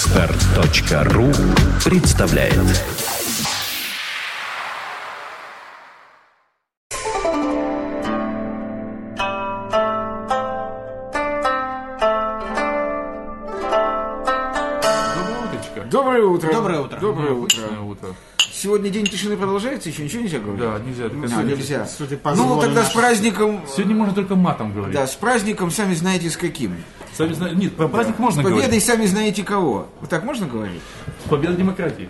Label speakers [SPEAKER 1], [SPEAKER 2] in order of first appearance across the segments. [SPEAKER 1] Отстар.ру представляет
[SPEAKER 2] Доброе утречко.
[SPEAKER 3] Ну, Доброе утро.
[SPEAKER 4] Доброе утро.
[SPEAKER 2] Доброе утро. Ну, утро.
[SPEAKER 3] Сегодня день тишины продолжается, еще ничего нельзя говорить?
[SPEAKER 2] Да, нельзя.
[SPEAKER 3] Ну,
[SPEAKER 2] Конечно,
[SPEAKER 3] нельзя.
[SPEAKER 4] судя по
[SPEAKER 3] ну,
[SPEAKER 4] звону
[SPEAKER 3] тогда с
[SPEAKER 4] нашего-
[SPEAKER 3] праздником...
[SPEAKER 2] Сегодня можно только матом говорить.
[SPEAKER 3] Да, с праздником, сами знаете, с каким.
[SPEAKER 2] Сами зна- Нет, про праздник можно
[SPEAKER 3] С победой,
[SPEAKER 2] говорить.
[SPEAKER 3] сами знаете кого. Вот так можно говорить?
[SPEAKER 2] Победа демократии.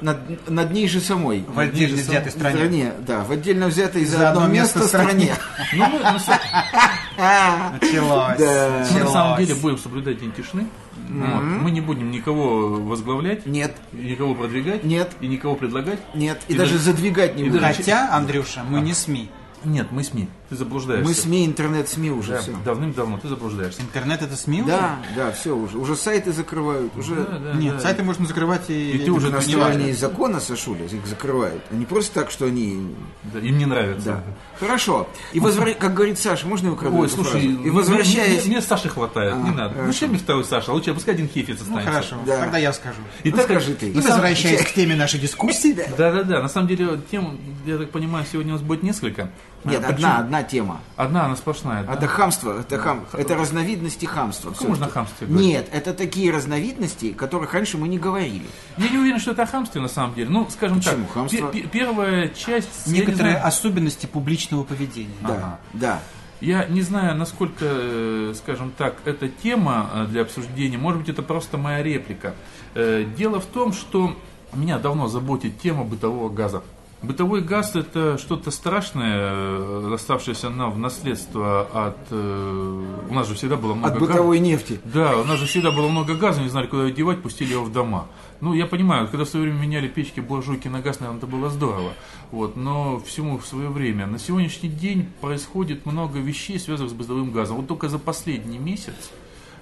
[SPEAKER 3] Над, над ней же самой.
[SPEAKER 4] В отдельно взятой стране.
[SPEAKER 3] да, в отдельно взятой за, одно место стране.
[SPEAKER 2] Но мы на, са-
[SPEAKER 4] Началось.
[SPEAKER 3] Да.
[SPEAKER 2] мы на самом
[SPEAKER 4] Началось.
[SPEAKER 2] деле будем соблюдать день тишины. Вот. Мы не будем никого возглавлять,
[SPEAKER 3] Нет,
[SPEAKER 2] и никого продвигать,
[SPEAKER 3] Нет.
[SPEAKER 2] и никого предлагать.
[SPEAKER 3] нет, и,
[SPEAKER 2] И
[SPEAKER 3] даже,
[SPEAKER 2] даже-
[SPEAKER 3] задвигать не
[SPEAKER 2] и
[SPEAKER 3] будем.
[SPEAKER 2] даже-
[SPEAKER 4] Хотя, Андрюша, мы не СМИ.
[SPEAKER 2] Нет, мы СМИ. Ты заблуждаешься.
[SPEAKER 3] Мы СМИ, интернет-СМИ уже
[SPEAKER 2] Да,
[SPEAKER 3] все.
[SPEAKER 2] Давным-давно ты заблуждаешься.
[SPEAKER 4] Интернет это СМИ уже?
[SPEAKER 3] Да, да, все уже. Уже сайты закрывают, уже...
[SPEAKER 2] Да, да,
[SPEAKER 4] Нет,
[SPEAKER 2] да.
[SPEAKER 4] сайты можно закрывать и...
[SPEAKER 2] И ты уже
[SPEAKER 4] это
[SPEAKER 3] На
[SPEAKER 4] не
[SPEAKER 3] основании
[SPEAKER 4] важно.
[SPEAKER 3] закона, Сашуля, их закрывают. А не просто так, что они
[SPEAKER 2] Да, им не нравится.
[SPEAKER 3] Да. Хорошо. И возвра- как говорит Саша, можно я украду
[SPEAKER 2] Ой,
[SPEAKER 3] эту
[SPEAKER 2] слушай, ну,
[SPEAKER 3] фразу?
[SPEAKER 2] мне-
[SPEAKER 3] И возвращаясь... А,
[SPEAKER 2] мне, мне Саши хватает, не надо. Ну, чем мне второй Саша? Лучше пускай один хефец
[SPEAKER 4] Ну,
[SPEAKER 2] останется.
[SPEAKER 4] хорошо,
[SPEAKER 3] Да.
[SPEAKER 4] тогда я скажу.
[SPEAKER 2] И
[SPEAKER 3] Ну,
[SPEAKER 2] так-
[SPEAKER 3] скажи ты.
[SPEAKER 4] И возвращаясь к теме нашей дискуссии,
[SPEAKER 2] Да, да, да. На самом деле, тем, я так понимаю, сегодня у нас будет несколько.
[SPEAKER 3] Нет,
[SPEAKER 2] А,
[SPEAKER 3] одна,
[SPEAKER 2] почему?
[SPEAKER 3] одна тема.
[SPEAKER 2] Одна, она сплошная. да?
[SPEAKER 3] Это хамство, это хам, это разновидности хамства. Все
[SPEAKER 2] можно
[SPEAKER 3] это.
[SPEAKER 2] хамстве говорить?
[SPEAKER 3] Нет, это такие разновидности, о которых раньше мы не говорили.
[SPEAKER 2] Я не уверен, что это о хамстве на самом деле. Ну, скажем
[SPEAKER 3] Почему
[SPEAKER 2] так.
[SPEAKER 3] хамство?
[SPEAKER 2] пе- пе- первая часть. я не
[SPEAKER 4] некоторые
[SPEAKER 2] знаю-
[SPEAKER 4] особенности публичного поведения.
[SPEAKER 3] Да, да.
[SPEAKER 2] Я не знаю, насколько, э, скажем так, эта тема э, для обсуждения. Может быть, это просто моя реплика. Э, Дело в том, что меня давно заботит тема бытового газа. Бытовой газ – это что-то страшное, э, оставшееся нам в наследство от... э, У нас же всегда было много
[SPEAKER 3] От
[SPEAKER 2] газа.
[SPEAKER 3] бытовой нефти.
[SPEAKER 2] Да, у нас же всегда было много газа, не знали, куда его девать, пустили его в дома. Ну, я понимаю, когда в свое время меняли печки, буржуйки на газ, наверное, это было здорово. Вот, но всему в свое время. На сегодняшний день происходит много вещей, связанных с бытовым газом. Вот только за последний месяц,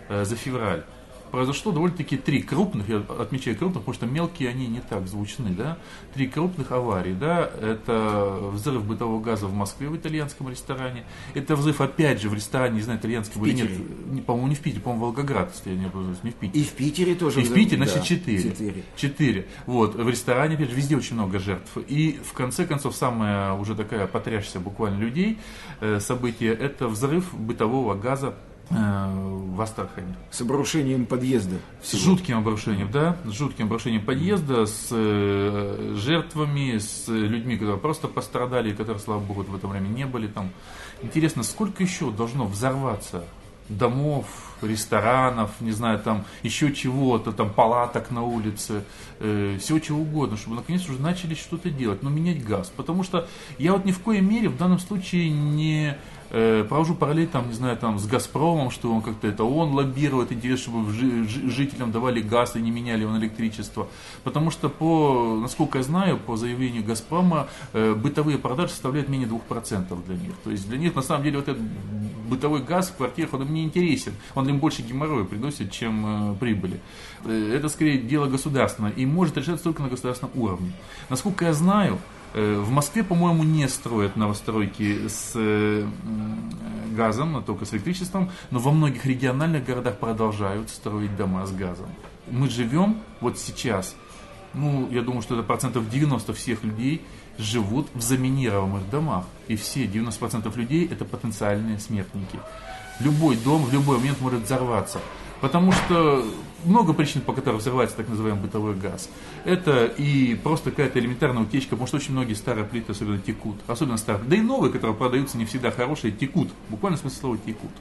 [SPEAKER 2] э, за февраль, произошло довольно-таки три крупных, я отмечаю крупных, потому что мелкие они не так звучны, да, три крупных аварии, да, это взрыв бытового газа в Москве в итальянском ресторане, это взрыв опять же в ресторане, не знаю, итальянском или нет,
[SPEAKER 3] Питере.
[SPEAKER 2] не, по-моему, не в Питере, по-моему, Волгоград, если я не ошибаюсь, не в Питере.
[SPEAKER 3] И в Питере тоже.
[SPEAKER 2] И в
[SPEAKER 3] взрыв-
[SPEAKER 2] Питере,
[SPEAKER 3] да,
[SPEAKER 2] значит, четыре.
[SPEAKER 3] четыре.
[SPEAKER 2] Четыре. Вот, в ресторане, опять же, везде очень много жертв. И, в конце концов, самая уже такая потрясшаяся буквально людей э, событие, это взрыв бытового газа э, в Астрахани.
[SPEAKER 3] С обрушением подъезда.
[SPEAKER 2] С жутким обрушением, да, с жутким обрушением подъезда, с э, жертвами, с людьми, которые просто пострадали, и которые, слава богу, в это время не были там. Интересно, сколько еще должно взорваться домов, ресторанов, не знаю, там еще чего-то, там палаток на улице, э, всего чего угодно, чтобы наконец уже начали что-то делать, но менять газ. Потому что я вот ни в коей мере в данном случае не э, провожу параллель, там, не знаю, там, с «Газпромом», что он как-то это он лоббирует интерес, чтобы жи- жи- жителям давали газ и не меняли его на электричество. Потому что, по, насколько я знаю, по заявлению «Газпрома», э, бытовые продажи составляют менее 2% для них. То есть для них, на самом деле, вот этот бытовой газ в квартирах, он им не интересен. Он им больше геморроя приносит, чем э, прибыли. Э, это, скорее, дело государственное и может решаться только на государственном уровне. Насколько я знаю, Э, В Москве, по-моему, не строят новостройки с э, м, газом, а только с электричеством, но во многих региональных городах продолжают строить дома с газом. Мы живем вот сейчас, ну, я думаю, что это процентов 90 всех людей живут в заминированных домах. И все 90% людей это потенциальные смертники. Любой дом в любой момент может взорваться. Потому что много причин, по которым взрывается так называемый бытовой газ. Это и просто какая-то элементарная утечка, потому что очень многие старые плиты особенно текут. Особенно старые. Да и новые, которые продаются не всегда хорошие, текут. Буквально смысл слова текут.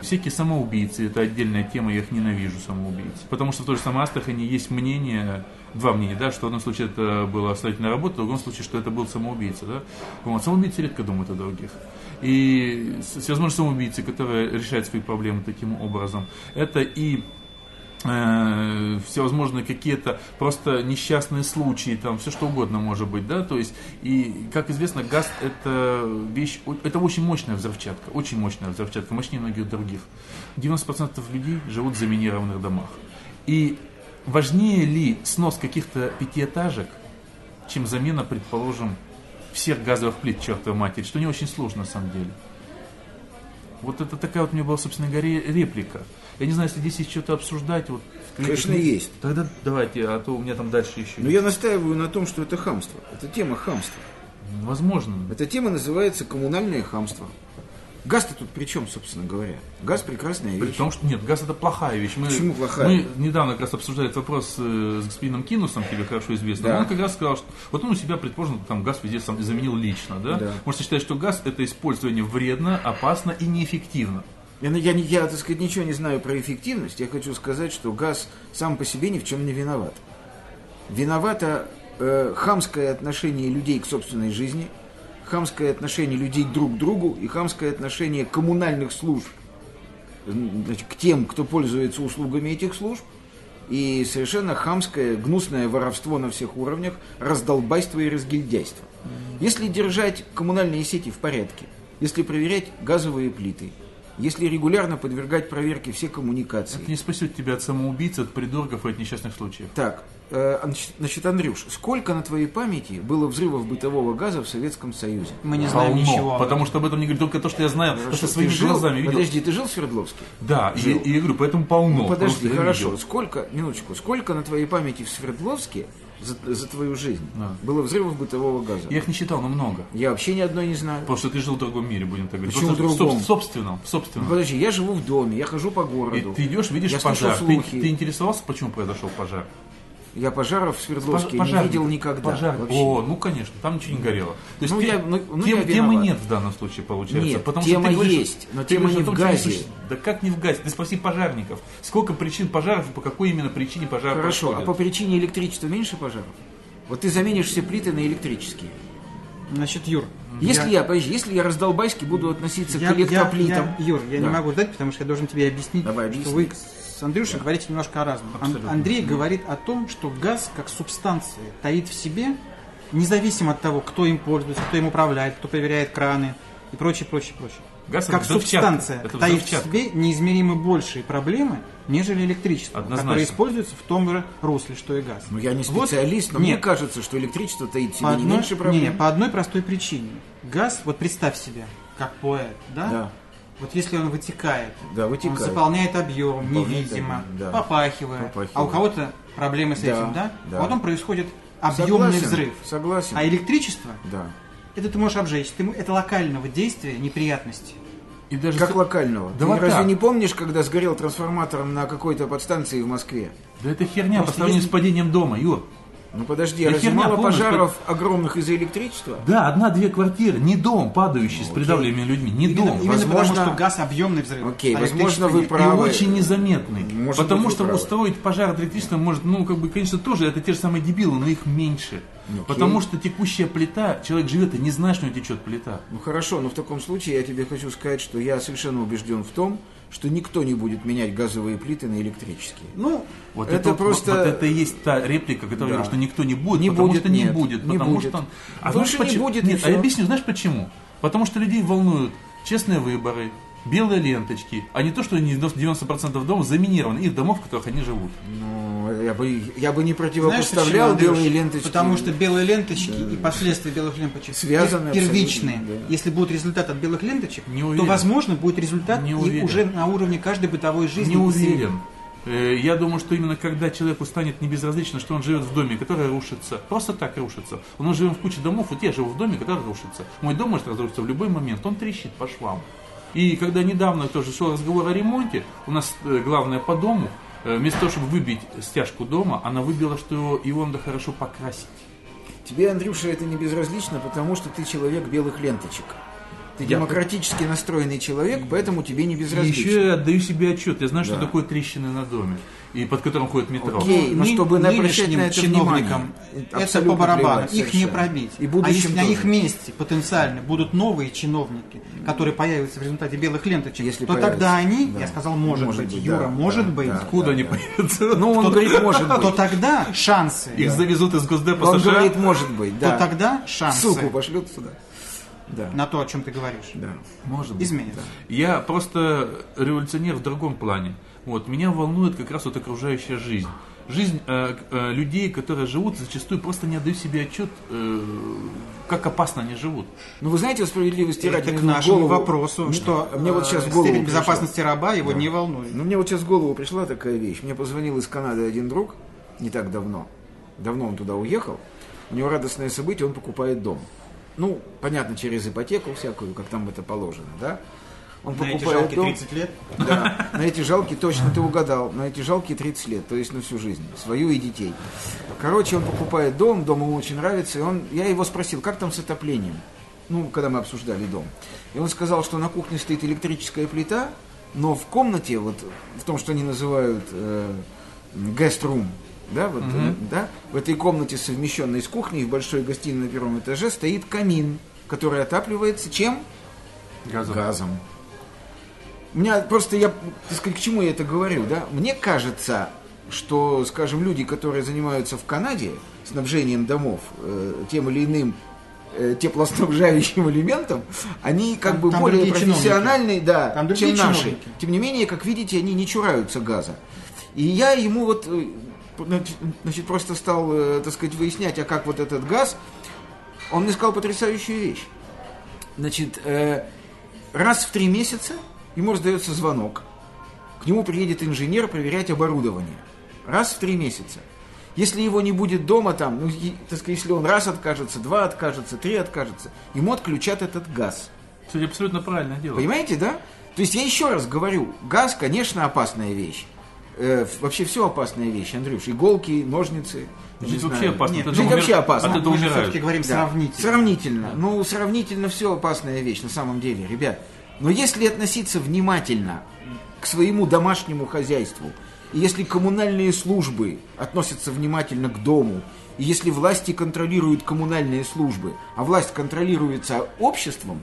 [SPEAKER 2] Всякие самоубийцы, это отдельная тема, я их ненавижу, самоубийц. Потому что в той же самой Астрахани есть мнение, два мнения, да, что в одном случае это была строительная работа, в другом случае, что это был самоубийца. Да? Вот, самоубийцы редко думают о других. И с, с возможностью самоубийцы, которые решают свои проблемы таким образом, это и э, всевозможные какие-то просто несчастные случаи, там все что угодно может быть, да, то есть, и, как известно, газ это вещь, о- это очень мощная взрывчатка, очень мощная взрывчатка, мощнее многих других. 90% людей живут в заминированных домах. И важнее ли снос каких-то пятиэтажек, чем замена, предположим, всех газовых плит, чертовой матери, что не очень сложно на самом деле. Вот это такая вот у меня была, собственно говоря, реплика. Я не знаю, если здесь есть что-то обсуждать. Вот,
[SPEAKER 3] Конечно,
[SPEAKER 2] ну,
[SPEAKER 3] есть.
[SPEAKER 2] Тогда давайте, а то у меня там дальше еще.
[SPEAKER 3] Но я настаиваю на том, что это хамство. Это тема хамства.
[SPEAKER 2] Возможно.
[SPEAKER 3] Эта тема называется коммунальное хамство. Газ-то тут при чем, собственно говоря? Газ прекрасная
[SPEAKER 2] При
[SPEAKER 3] вещь.
[SPEAKER 2] том, что нет, газ это плохая вещь. Мы,
[SPEAKER 3] Почему плохая?
[SPEAKER 2] Мы недавно как раз обсуждали этот вопрос э, с господином Кинусом, тебе хорошо известно.
[SPEAKER 3] Да.
[SPEAKER 2] Он как раз сказал, что вот он у себя, предположим, там газ везде сам заменил лично, да?
[SPEAKER 3] Да.
[SPEAKER 2] Может, считать, что газ это использование вредно, опасно и неэффективно.
[SPEAKER 3] Я, я, не- я, так сказать, ничего не знаю про эффективность. Я хочу сказать, что газ сам по себе ни в чем не виноват. Виновато э, хамское отношение людей к собственной жизни, хамское отношение людей друг к другу и хамское отношение коммунальных служб м, значит, к тем, кто пользуется услугами этих служб. И совершенно хамское, гнусное воровство на всех уровнях, раздолбайство и разгильдяйство. Если держать коммунальные сети в порядке, если проверять газовые плиты, если регулярно подвергать проверке все коммуникации,
[SPEAKER 2] Это не спасет тебя от самоубийц, от придурков и от несчастных случаев.
[SPEAKER 3] так, э, значит- значит, Андрюш, сколько на твоей памяти было взрывов бытового газа в Советском Союзе?
[SPEAKER 4] Мы не знаем
[SPEAKER 2] Полно.
[SPEAKER 4] ничего.
[SPEAKER 2] Потому что об этом не говорю только то, что я знаю, то,
[SPEAKER 3] Хорошо,
[SPEAKER 2] что
[SPEAKER 3] ты
[SPEAKER 2] своими
[SPEAKER 3] жил-
[SPEAKER 2] глазами видел.
[SPEAKER 3] Подожди, ты жил в Свердловске?
[SPEAKER 2] Да, и,
[SPEAKER 3] Жил. Ну,
[SPEAKER 2] и я говорю, поэтому полно. Просто
[SPEAKER 3] Подожди,
[SPEAKER 2] я
[SPEAKER 3] хорошо.
[SPEAKER 2] видел.
[SPEAKER 3] Сколько, минуточку, сколько на твоей памяти в Свердловске за, за твою жизнь
[SPEAKER 2] Да.
[SPEAKER 3] было взрывов бытового газа?
[SPEAKER 2] Я их не считал, но много.
[SPEAKER 3] Я вообще ни одной не знаю.
[SPEAKER 2] Потому что ты жил в другом мире, будем так говорить.
[SPEAKER 3] Почему
[SPEAKER 2] Просто в соб-
[SPEAKER 3] другом?
[SPEAKER 2] собственном, в собственном.
[SPEAKER 3] Подожди, я живу в доме, я хожу по
[SPEAKER 2] И
[SPEAKER 3] городу.
[SPEAKER 2] ты идешь, видишь
[SPEAKER 3] я слышу
[SPEAKER 2] пожар. Ты,
[SPEAKER 3] слухи.
[SPEAKER 2] ты интересовался, почему произошел пожар?
[SPEAKER 3] Я пожаров в Свердловске
[SPEAKER 2] Пожар-
[SPEAKER 3] не видел никогда.
[SPEAKER 2] пожар.
[SPEAKER 3] вообще.
[SPEAKER 2] О, ну конечно, там ничего не горело. То есть
[SPEAKER 3] Ну,
[SPEAKER 2] те-
[SPEAKER 3] я- ну, ну,
[SPEAKER 2] тем-
[SPEAKER 3] я
[SPEAKER 2] темы
[SPEAKER 3] виноват.
[SPEAKER 2] нет в данном случае, получается.
[SPEAKER 3] Нет,
[SPEAKER 2] потому
[SPEAKER 3] тема
[SPEAKER 2] что ты говоришь-
[SPEAKER 3] есть, но
[SPEAKER 2] ты
[SPEAKER 3] тема
[SPEAKER 2] говоришь
[SPEAKER 3] не
[SPEAKER 2] о том,
[SPEAKER 3] в
[SPEAKER 2] что не
[SPEAKER 3] газе.
[SPEAKER 2] существует. Да как не в газе? Ты спроси пожарников. Сколько причин пожаров и по какой именно причине пожар
[SPEAKER 3] Хорошо, а
[SPEAKER 2] происходит?
[SPEAKER 3] по причине электричества меньше пожаров? Вот ты заменишь все плиты на электрические.
[SPEAKER 4] Значит, Юр,
[SPEAKER 3] Если я, подожди, если я раздолбайски буду относиться
[SPEAKER 4] я,
[SPEAKER 3] к электроплитам,
[SPEAKER 4] я- я- Юр, я не
[SPEAKER 3] Да.
[SPEAKER 4] могу ждать, потому что я должен тебе объяснить,
[SPEAKER 3] Давай,
[SPEAKER 4] что
[SPEAKER 3] объясни.
[SPEAKER 4] вы с Андрюшей говорите немножко о разном. Ан-
[SPEAKER 2] Абсолютно.
[SPEAKER 4] Андрей говорит о том, что газ как субстанция таит в себе, независимо от того, кто им пользуется, кто им управляет, кто проверяет краны и прочее, прочее, прочее.
[SPEAKER 2] Газ это
[SPEAKER 4] как
[SPEAKER 2] взрывчатка.
[SPEAKER 4] субстанция
[SPEAKER 2] Это
[SPEAKER 4] таит в
[SPEAKER 2] взрывчатка.
[SPEAKER 4] себе неизмеримо большие проблемы, нежели электричество,
[SPEAKER 2] Однозначно.
[SPEAKER 4] которое используется в том же русле, что и газ.
[SPEAKER 3] Ну, я не
[SPEAKER 4] Вот-
[SPEAKER 3] специалист, но мне
[SPEAKER 4] Нет.
[SPEAKER 3] кажется, что электричество таит в себе
[SPEAKER 4] По
[SPEAKER 3] не
[SPEAKER 4] одной-
[SPEAKER 3] меньше проблем.
[SPEAKER 4] не, по одной простой причине. Газ, вот представь себе, как поэт, да?
[SPEAKER 3] Да.
[SPEAKER 4] Вот если он вытекает,
[SPEAKER 3] Да, вытекает.
[SPEAKER 4] он заполняет объем,
[SPEAKER 3] Заполняет
[SPEAKER 4] невидимо,
[SPEAKER 3] объем, да.
[SPEAKER 4] попахивает.
[SPEAKER 3] Попахивает.
[SPEAKER 4] А у кого-то проблемы с
[SPEAKER 3] Да,
[SPEAKER 4] этим, да?
[SPEAKER 3] да.
[SPEAKER 4] Потом происходит объемный
[SPEAKER 3] Согласен,
[SPEAKER 4] взрыв.
[SPEAKER 3] Согласен.
[SPEAKER 4] А электричество,
[SPEAKER 3] Да.
[SPEAKER 4] это ты можешь обжечь, ты, м- это локального действия, неприятности.
[SPEAKER 2] И даже
[SPEAKER 3] Как
[SPEAKER 2] с-
[SPEAKER 3] локального.
[SPEAKER 2] Да
[SPEAKER 3] Ты
[SPEAKER 2] вот
[SPEAKER 3] разве
[SPEAKER 2] так.
[SPEAKER 3] не помнишь, когда сгорел трансформатором на какой-то подстанции в Москве?
[SPEAKER 2] Да это херня по
[SPEAKER 4] Просто
[SPEAKER 2] сравнению
[SPEAKER 4] есть-
[SPEAKER 2] с падением дома, Юр.
[SPEAKER 3] Ну подожди,
[SPEAKER 2] Да
[SPEAKER 3] разве
[SPEAKER 2] херня,
[SPEAKER 3] мало
[SPEAKER 2] помню, что-
[SPEAKER 3] пожаров огромных из-за электричества?
[SPEAKER 2] Да, одна-две квартиры, не дом, падающий с придавленными людьми, не
[SPEAKER 4] Именно,
[SPEAKER 2] дом.
[SPEAKER 4] именно
[SPEAKER 3] ну, Возможно-
[SPEAKER 4] потому, что газ объемный взрыв.
[SPEAKER 3] Окей,
[SPEAKER 4] а
[SPEAKER 3] возможно, вы
[SPEAKER 4] электричество
[SPEAKER 2] И
[SPEAKER 3] правы.
[SPEAKER 2] очень незаметный.
[SPEAKER 3] Может
[SPEAKER 2] потому
[SPEAKER 3] быть, вы
[SPEAKER 2] что
[SPEAKER 3] правы.
[SPEAKER 2] устроить пожар от электричества может, ну, как бы, конечно, тоже это те же самые дебилы, но их меньше.
[SPEAKER 3] Ну, окей.
[SPEAKER 2] потому что текущая плита, человек живет и не знает, что у него течет плита.
[SPEAKER 3] Ну хорошо, но в таком случае я тебе хочу сказать, что я совершенно убежден в том, что никто не будет менять газовые плиты на электрические.
[SPEAKER 4] Ну,
[SPEAKER 2] Вот
[SPEAKER 3] Это
[SPEAKER 2] это, вот-
[SPEAKER 3] просто-
[SPEAKER 2] вот, это и есть та реплика, которая
[SPEAKER 3] Да.
[SPEAKER 2] говорит, что никто не будет,
[SPEAKER 3] Не
[SPEAKER 2] потому
[SPEAKER 3] будет,
[SPEAKER 2] что не
[SPEAKER 3] нет,
[SPEAKER 2] будет,
[SPEAKER 3] не
[SPEAKER 2] потому
[SPEAKER 3] будет.
[SPEAKER 2] что...
[SPEAKER 3] Потому
[SPEAKER 2] знаешь,
[SPEAKER 3] что не
[SPEAKER 2] почему-
[SPEAKER 3] будет, и
[SPEAKER 2] Нет, а
[SPEAKER 3] всё.
[SPEAKER 2] я объясню, знаешь почему? Потому что людей волнуют честные выборы, белые ленточки, а не то, что они 90% домов заминированы, их домов, в которых они живут.
[SPEAKER 3] Ну, я бы, я бы не
[SPEAKER 4] знаешь,
[SPEAKER 3] противопоставлял
[SPEAKER 4] почему,
[SPEAKER 3] белые
[SPEAKER 4] Андрюш?
[SPEAKER 3] ленточки.
[SPEAKER 4] Потому что белые ленточки и последствия белых ленточек
[SPEAKER 3] Связаны
[SPEAKER 4] пер- первичные.
[SPEAKER 3] абсолютно, да.
[SPEAKER 4] Если будет результат от белых ленточек,
[SPEAKER 2] Не
[SPEAKER 4] то,
[SPEAKER 2] уверен.
[SPEAKER 4] возможно, будет результат
[SPEAKER 2] Не
[SPEAKER 4] и
[SPEAKER 2] уверен.
[SPEAKER 4] уже на уровне каждой бытовой жизни.
[SPEAKER 2] не уверен. Э, Я думаю, что именно когда человеку станет небезразлично, что он живет в доме, который рушится, просто так рушится. У нас живем в куче домов, вот я живу в доме, который рушится. Мой дом может разрушиться в любой момент, он трещит по швам. И когда недавно тоже шел разговор о ремонте, у нас э, главное по дому, э, вместо того, чтобы выбить стяжку дома, она выбила, что его- его надо хорошо покрасить.
[SPEAKER 3] Тебе, Андрюша, это не безразлично, потому что ты человек белых ленточек. Ты
[SPEAKER 2] Я-
[SPEAKER 3] демократически настроенный человек, поэтому тебе не
[SPEAKER 2] И
[SPEAKER 3] безразлично.
[SPEAKER 2] еще я отдаю себе отчет, я знаю,
[SPEAKER 3] Да.
[SPEAKER 2] что такое трещины на доме, и под которым ходит метро.
[SPEAKER 3] Окей, но
[SPEAKER 4] Ны-
[SPEAKER 3] чтобы на- обращать
[SPEAKER 4] нынешним
[SPEAKER 3] на это
[SPEAKER 4] чиновникам
[SPEAKER 3] внимание,
[SPEAKER 4] это
[SPEAKER 3] абсолютно
[SPEAKER 4] по барабану,
[SPEAKER 3] плевать
[SPEAKER 4] их не
[SPEAKER 3] совершенно.
[SPEAKER 4] пробить.
[SPEAKER 3] И
[SPEAKER 4] а
[SPEAKER 3] будущим
[SPEAKER 4] если на
[SPEAKER 3] тоже.
[SPEAKER 4] их месте потенциально будут новые чиновники, которые появятся в результате белых ленточек,
[SPEAKER 3] Если
[SPEAKER 4] то
[SPEAKER 3] появятся,
[SPEAKER 4] тогда они,
[SPEAKER 3] да.
[SPEAKER 4] я сказал, может,
[SPEAKER 3] Может
[SPEAKER 4] быть,
[SPEAKER 3] быть,
[SPEAKER 4] Юра,
[SPEAKER 3] да,
[SPEAKER 4] может
[SPEAKER 3] да,
[SPEAKER 4] быть,
[SPEAKER 3] да.
[SPEAKER 2] Откуда они появятся?
[SPEAKER 3] Ну, он говорит, может
[SPEAKER 4] то
[SPEAKER 3] быть.
[SPEAKER 4] тогда шансы,
[SPEAKER 2] Их завезут из Госдепа
[SPEAKER 3] Он
[SPEAKER 2] США.
[SPEAKER 3] говорит, может быть, да.
[SPEAKER 4] то тогда шансы
[SPEAKER 3] Ссылку пошлют сюда. Да.
[SPEAKER 4] на то, о чем ты говоришь,
[SPEAKER 3] да.
[SPEAKER 2] Может быть.
[SPEAKER 4] изменятся.
[SPEAKER 2] Я просто революционер в другом плане. Вот, меня волнует как раз вот окружающая жизнь. Жизнь э, к- э, людей, которые живут, зачастую просто не отдают себе отчет, э, как опасно они живут.
[SPEAKER 3] Ну, вы знаете, справедливости ради...
[SPEAKER 4] Это
[SPEAKER 3] мне
[SPEAKER 4] к
[SPEAKER 3] в
[SPEAKER 4] нашему
[SPEAKER 3] голову-
[SPEAKER 4] вопросу, что
[SPEAKER 3] мне вот
[SPEAKER 4] э,
[SPEAKER 3] сейчас в голову
[SPEAKER 4] степень
[SPEAKER 3] пришло.
[SPEAKER 4] безопасности раба его не волнует.
[SPEAKER 3] Ну, мне вот сейчас в голову пришла такая вещь. Мне позвонил из Канады один друг не так давно. Давно он туда уехал. У него радостное событие, он покупает дом. Ну, понятно, через ипотеку всякую, как там это положено, да? Он
[SPEAKER 4] На эти
[SPEAKER 3] покупает
[SPEAKER 4] жалкие
[SPEAKER 3] дом.
[SPEAKER 4] 30 лет.
[SPEAKER 3] Ну, Да, на эти жалкие, точно ты угадал, на эти жалкие 30 лет, то есть на всю жизнь, свою и детей. Короче, он покупает дом, дом ему очень нравится, и он, я его спросил, как там с отоплением, ну, когда мы обсуждали дом. И он сказал, что на кухне стоит электрическая плита, но в комнате, вот в том, что они называют э, guest room, да, вот, э, да, в этой комнате, совмещенной с кухней, в большой гостиной на первом этаже, стоит камин, который отапливается чем?
[SPEAKER 2] Газом.
[SPEAKER 3] газом. У меня просто я, так сказать, к чему я это говорю, да? Мне кажется, что, скажем, люди, которые занимаются в Канаде снабжением домов э, тем или иным э, теплоснабжающим элементом, они как
[SPEAKER 4] Там-
[SPEAKER 3] бы
[SPEAKER 4] там
[SPEAKER 3] более
[SPEAKER 4] другие чиновники.
[SPEAKER 3] профессиональные, да,
[SPEAKER 4] Там другие
[SPEAKER 3] чем наши.
[SPEAKER 4] чиновники.
[SPEAKER 3] Тем не менее, как видите, они не чураются газа. И я ему вот, э, значит, значит, просто стал, э, так сказать, выяснять, а как вот этот газ, он мне сказал потрясающую вещь. Значит, э, раз в три месяца ему раздается звонок. К нему приедет инженер проверять оборудование. Раз в три месяца. Если его не будет дома там, ну, е- так сказать, если он раз откажется, два откажется, три откажется, ему отключат этот газ.
[SPEAKER 2] Кстати, абсолютно правильное дело.
[SPEAKER 3] Понимаете, да? То есть я еще раз говорю, газ, конечно, опасная вещь. Э, в- вообще все опасная вещь, Андрюш. Иголки, ножницы. я не
[SPEAKER 2] Жить
[SPEAKER 3] знаю.
[SPEAKER 2] вообще опасно.
[SPEAKER 4] Нет,
[SPEAKER 2] от
[SPEAKER 3] жить
[SPEAKER 2] этого умир-
[SPEAKER 3] вообще опасно.
[SPEAKER 2] От этого
[SPEAKER 4] Мы же
[SPEAKER 2] умирают.
[SPEAKER 4] все-таки говорим
[SPEAKER 3] Да.
[SPEAKER 4] сравнительно.
[SPEAKER 3] Сравнительно. Ну, сравнительно все опасная вещь на самом деле, ребят. Но если относиться внимательно к своему домашнему хозяйству, и если коммунальные службы относятся внимательно к дому, и если власти контролируют коммунальные службы, а власть контролируется обществом,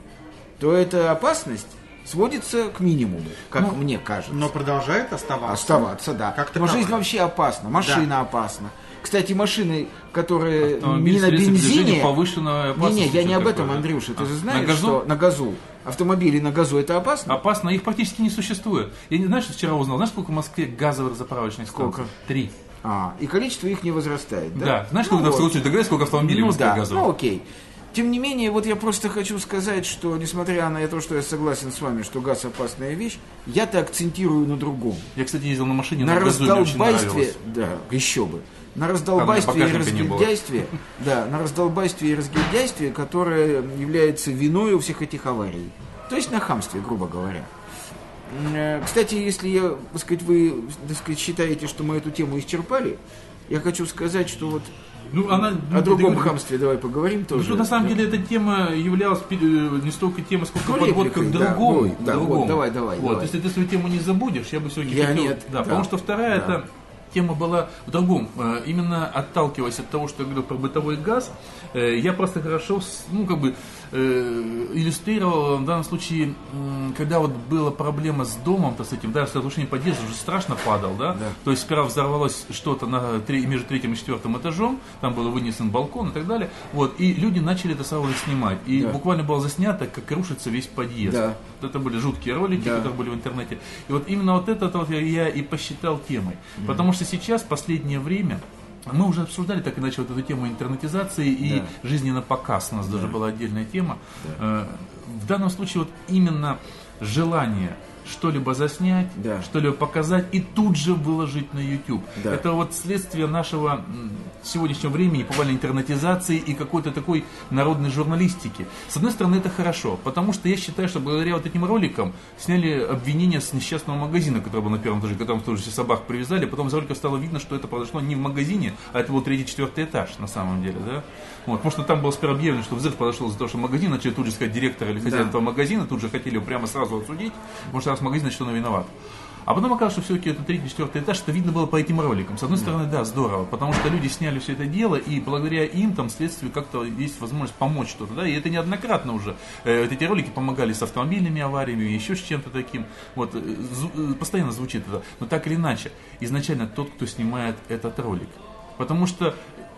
[SPEAKER 3] то эта опасность сводится к минимуму, как мне кажется.
[SPEAKER 4] Но продолжает оставаться.
[SPEAKER 3] Оставаться, да.
[SPEAKER 4] Как
[SPEAKER 3] Но
[SPEAKER 4] таковая.
[SPEAKER 3] жизнь вообще опасна, машина опасна. Кстати, машины, которые
[SPEAKER 2] Автомобиль
[SPEAKER 3] не на
[SPEAKER 2] средство
[SPEAKER 3] бензине...
[SPEAKER 2] передвижения повышенной
[SPEAKER 3] Не, не,
[SPEAKER 2] опасности,
[SPEAKER 3] я не
[SPEAKER 2] что
[SPEAKER 3] об этом,
[SPEAKER 2] такое.
[SPEAKER 3] Андрюша. Ты
[SPEAKER 2] А,
[SPEAKER 3] же
[SPEAKER 2] на
[SPEAKER 3] знаешь,
[SPEAKER 2] газу? А.
[SPEAKER 3] что на газу автомобили на газу это опасно?
[SPEAKER 2] Опасно, их практически не существует. Я не знаю, что вчера узнал. Знаешь, сколько в Москве газовых заправочных станций?
[SPEAKER 3] Сколько?
[SPEAKER 2] Три.
[SPEAKER 3] А, и количество их не возрастает, да?
[SPEAKER 2] Да. Знаешь, сколько
[SPEAKER 3] Ну
[SPEAKER 2] в
[SPEAKER 3] вот.
[SPEAKER 2] случае догадайся, сколько автомобилей в
[SPEAKER 3] Ну
[SPEAKER 2] Москве
[SPEAKER 3] да,
[SPEAKER 2] газовых?
[SPEAKER 3] ну окей. Тем не менее, вот я просто хочу сказать, что несмотря на то, что я согласен с вами, что газ опасная вещь, я-то акцентирую на другом.
[SPEAKER 2] Я, кстати, ездил на машине,
[SPEAKER 3] на
[SPEAKER 2] на газу мне очень
[SPEAKER 3] раздолбайстве,
[SPEAKER 2] нравилось.
[SPEAKER 3] да, еще бы, на раздолбайстве и
[SPEAKER 2] багажника не было.
[SPEAKER 3] разгильдяйстве, да, на раздолбайстве и разгильдяйстве, которое является виной у всех этих аварий. То есть на хамстве, грубо говоря. Э, Кстати, если я, так сказать, вы так сказать, считаете, что мы эту тему исчерпали, я хочу сказать, что вот
[SPEAKER 2] Ну, она...
[SPEAKER 3] о
[SPEAKER 2] ну,
[SPEAKER 3] А другом
[SPEAKER 2] ты-
[SPEAKER 3] хамстве давай поговорим
[SPEAKER 2] Ну,
[SPEAKER 3] тоже.
[SPEAKER 2] что, на самом деле эта тема являлась пи- э, не столько темой, сколько
[SPEAKER 3] Ну,
[SPEAKER 2] подводка к
[SPEAKER 3] репликой, да,
[SPEAKER 2] другому.
[SPEAKER 3] ой,
[SPEAKER 2] к
[SPEAKER 3] да, вот,
[SPEAKER 2] другому.
[SPEAKER 3] давай, давай,
[SPEAKER 2] Вот,
[SPEAKER 3] давай.
[SPEAKER 2] если ты свою тему не забудешь, я бы сегодня
[SPEAKER 3] Я
[SPEAKER 2] хотел...
[SPEAKER 3] нет,
[SPEAKER 2] Да,
[SPEAKER 3] да.
[SPEAKER 2] потому что вторая
[SPEAKER 3] Да.
[SPEAKER 2] это тема была в другом. Э, Именно отталкиваясь от того, что я говорил про бытовой газ, э, я просто хорошо, с- ну, как бы, э, иллюстрировал в данном случае, м, когда вот была проблема с домом, то с этим, да, с разрушением подъезда уже страшно падал, да? То есть сперва взорвалось что-то на три- между третьим и четвертым этажом, там был вынесен балкон и так далее, вот, и люди начали это самое снимать. И буквально было заснято, как рушится весь подъезд.
[SPEAKER 3] Да.
[SPEAKER 2] Вот это были жуткие ролики,
[SPEAKER 3] Да.
[SPEAKER 2] которые были в интернете. И вот именно вот это вот я- я и посчитал темой. Потому что сейчас, последнее время, мы уже обсуждали так иначе вот эту тему интернетизации и жизни на показ. У нас даже была отдельная тема. Э, В данном случае вот именно желание что-либо заснять,
[SPEAKER 3] Да.
[SPEAKER 2] что-либо показать и тут же выложить на YouTube.
[SPEAKER 3] Да.
[SPEAKER 2] Это вот следствие нашего м, сегодняшнего времени, буквально интернетизации и какой-то такой народной журналистики. С одной стороны, это хорошо, потому что я считаю, что благодаря вот этим роликам сняли обвинение с несчастного магазина, который был на первом этаже, к которому тоже все собак привязали, потом за роликом стало видно, что это произошло не в магазине, а это был третий-четвертый этаж на самом деле, да? Вот, потому что там было сперва объявлено, что взрыв произошел из-за того, что магазин, начали тут же сказать директора или хозяина этого магазина, тут же хотели его прямо сразу отсудить, потому что раз магазин, значит, он и виноват. А потом оказалось, что все-таки это третий, четвертый этаж, что видно было по этим роликам. С одной стороны, да, здорово, потому что люди сняли все это дело, и благодаря им там следствию как-то есть возможность помочь что-то, да, и это неоднократно уже. Э, вот эти ролики помогали с автомобильными авариями, еще с чем-то таким. Вот, э, зв- э, постоянно звучит это. Но так или иначе, изначально тот, кто снимает этот ролик. Потому что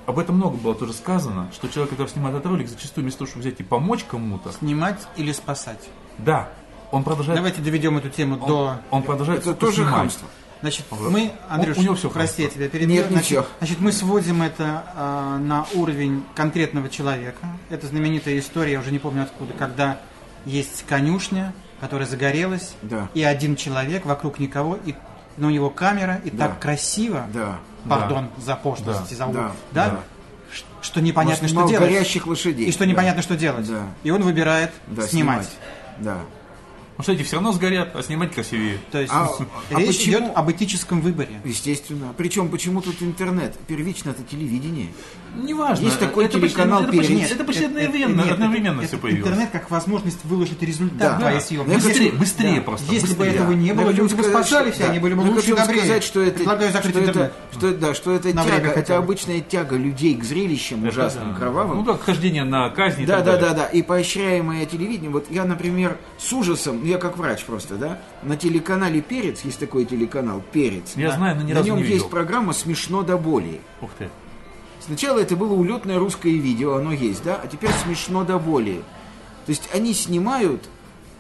[SPEAKER 2] об этом много было тоже сказано, что человек, который снимает этот ролик, зачастую вместо того, чтобы взять и помочь кому-то,
[SPEAKER 4] Снимать или спасать.
[SPEAKER 2] да, он продолжает
[SPEAKER 4] Давайте доведем эту тему до...
[SPEAKER 2] он продолжает
[SPEAKER 3] Это
[SPEAKER 2] сука,
[SPEAKER 3] тоже
[SPEAKER 2] снимать.
[SPEAKER 3] хамство.
[SPEAKER 4] Значит, мы, Андрюш,
[SPEAKER 2] у него всё
[SPEAKER 4] прости, я
[SPEAKER 2] хорошо.
[SPEAKER 4] тебя перебил.
[SPEAKER 3] Нет,
[SPEAKER 4] значит,
[SPEAKER 3] ничего.
[SPEAKER 4] значит, мы сводим это а, на уровень конкретного человека. Это знаменитая история, я уже не помню откуда, когда есть конюшня, которая загорелась,
[SPEAKER 3] Да.
[SPEAKER 4] и один человек, вокруг никого, и но у него камера, и
[SPEAKER 3] Да.
[SPEAKER 4] так красиво,
[SPEAKER 3] Да.
[SPEAKER 4] пардон за пошлость,
[SPEAKER 2] Да.
[SPEAKER 4] и за у-
[SPEAKER 3] Да.
[SPEAKER 4] да,
[SPEAKER 3] Да.
[SPEAKER 4] ш- что непонятно,
[SPEAKER 3] Может,
[SPEAKER 4] что
[SPEAKER 3] мало
[SPEAKER 4] делать.
[SPEAKER 3] горящих лошадей.
[SPEAKER 4] И что
[SPEAKER 3] Да.
[SPEAKER 4] непонятно, что делать.
[SPEAKER 3] Да.
[SPEAKER 4] И он выбирает
[SPEAKER 3] Да,
[SPEAKER 4] снимать.
[SPEAKER 3] Да.
[SPEAKER 2] Потому что эти все Ну, равно сгорят, а снимать красивее.
[SPEAKER 4] То есть
[SPEAKER 3] А- а
[SPEAKER 4] речь
[SPEAKER 3] почему-
[SPEAKER 4] идет об этическом выборе.
[SPEAKER 3] Естественно. Причем почему тут интернет? Первично это телевидение.
[SPEAKER 2] Неважно.
[SPEAKER 3] Есть такой
[SPEAKER 2] это почти-
[SPEAKER 3] телеканал
[SPEAKER 2] это почти-
[SPEAKER 3] «Перец».
[SPEAKER 2] нет, Это почти
[SPEAKER 4] Это- это-
[SPEAKER 2] одновременно,
[SPEAKER 4] нет, это-
[SPEAKER 2] одновременно
[SPEAKER 4] это
[SPEAKER 2] все появилось.
[SPEAKER 4] Интернет как возможность выложить результат
[SPEAKER 3] Да.
[SPEAKER 4] твоей
[SPEAKER 3] Да.
[SPEAKER 4] съемки.
[SPEAKER 3] Я
[SPEAKER 4] Если-
[SPEAKER 2] Быстрее, быстрее
[SPEAKER 4] Ну, да.
[SPEAKER 2] просто.
[SPEAKER 4] Если бы
[SPEAKER 2] быстрее.
[SPEAKER 4] этого не
[SPEAKER 3] Я
[SPEAKER 4] было,
[SPEAKER 3] хочу
[SPEAKER 4] люди бы
[SPEAKER 3] сказать,
[SPEAKER 4] спасались,
[SPEAKER 3] что-
[SPEAKER 4] они были бы
[SPEAKER 3] Я
[SPEAKER 4] лучше и
[SPEAKER 3] хочу
[SPEAKER 4] добрее.
[SPEAKER 3] Ну, сказать, что это,
[SPEAKER 4] Предлагаю закрыть
[SPEAKER 3] что
[SPEAKER 4] интернет.
[SPEAKER 3] это, что это- да, что это
[SPEAKER 4] На время
[SPEAKER 3] тяга,
[SPEAKER 4] хотя
[SPEAKER 3] это
[SPEAKER 4] бы.
[SPEAKER 3] обычная тяга людей к зрелищам ужасным, кровавым.
[SPEAKER 2] Ну как хождение на казни. и
[SPEAKER 3] Да,
[SPEAKER 2] так
[SPEAKER 3] да,
[SPEAKER 2] далее.
[SPEAKER 3] да, да. И поощряемое телевидение. Вот я, например, с ужасом, ну, я как врач просто, да, на телеканале Перец, есть такой телеканал Перец.
[SPEAKER 2] Я
[SPEAKER 3] да,
[SPEAKER 2] знаю, но ни
[SPEAKER 3] На
[SPEAKER 2] разу
[SPEAKER 3] нем
[SPEAKER 2] не
[SPEAKER 3] есть
[SPEAKER 2] видел.
[SPEAKER 3] программа Смешно до боли.
[SPEAKER 2] Ух ты.
[SPEAKER 3] Сначала это было улетное русское видео, оно есть, да, а теперь смешно до боли. То есть они снимают,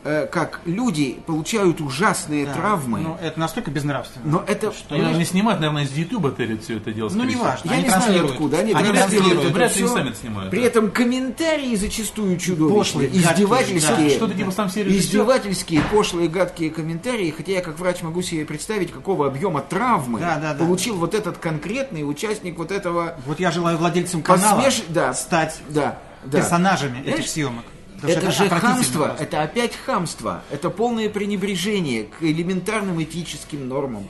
[SPEAKER 3] э, как люди получают ужасные
[SPEAKER 4] Да.
[SPEAKER 3] травмы,
[SPEAKER 4] Ну,
[SPEAKER 3] но,
[SPEAKER 4] это настолько безнравственно.
[SPEAKER 3] это
[SPEAKER 2] Они даже Ну, не снимают, наверное, из Ютуба это все это дело.
[SPEAKER 4] Ну,
[SPEAKER 2] скорее всего.
[SPEAKER 4] неважно.
[SPEAKER 3] Я
[SPEAKER 4] Они
[SPEAKER 3] не знаю
[SPEAKER 4] транслируют.
[SPEAKER 3] откуда. Они,
[SPEAKER 4] Они
[SPEAKER 3] транслируют
[SPEAKER 4] транслируют,
[SPEAKER 3] это
[SPEAKER 2] вряд ли
[SPEAKER 3] всё.
[SPEAKER 2] они сами это снимают,
[SPEAKER 3] При
[SPEAKER 2] да.
[SPEAKER 3] этом комментарии зачастую чудовищные,
[SPEAKER 4] Пошлые, гадкие,
[SPEAKER 3] издевательские.
[SPEAKER 2] да, что-то типа сам себе режиссер.
[SPEAKER 3] Издевательские, пошлые, гадкие комментарии. Хотя я как врач могу себе представить, какого объема травмы
[SPEAKER 4] Да, да, да.
[SPEAKER 3] получил вот этот конкретный участник вот этого
[SPEAKER 4] Вот я желаю владельцам канала
[SPEAKER 3] Посмеш- да.
[SPEAKER 4] стать
[SPEAKER 3] да, да.
[SPEAKER 4] персонажами
[SPEAKER 3] Знаешь,
[SPEAKER 4] этих съемок. Потому что
[SPEAKER 3] Это же
[SPEAKER 4] отвратительно
[SPEAKER 3] хамство,
[SPEAKER 4] просто.
[SPEAKER 3] это опять хамство, это полное пренебрежение к элементарным этическим нормам.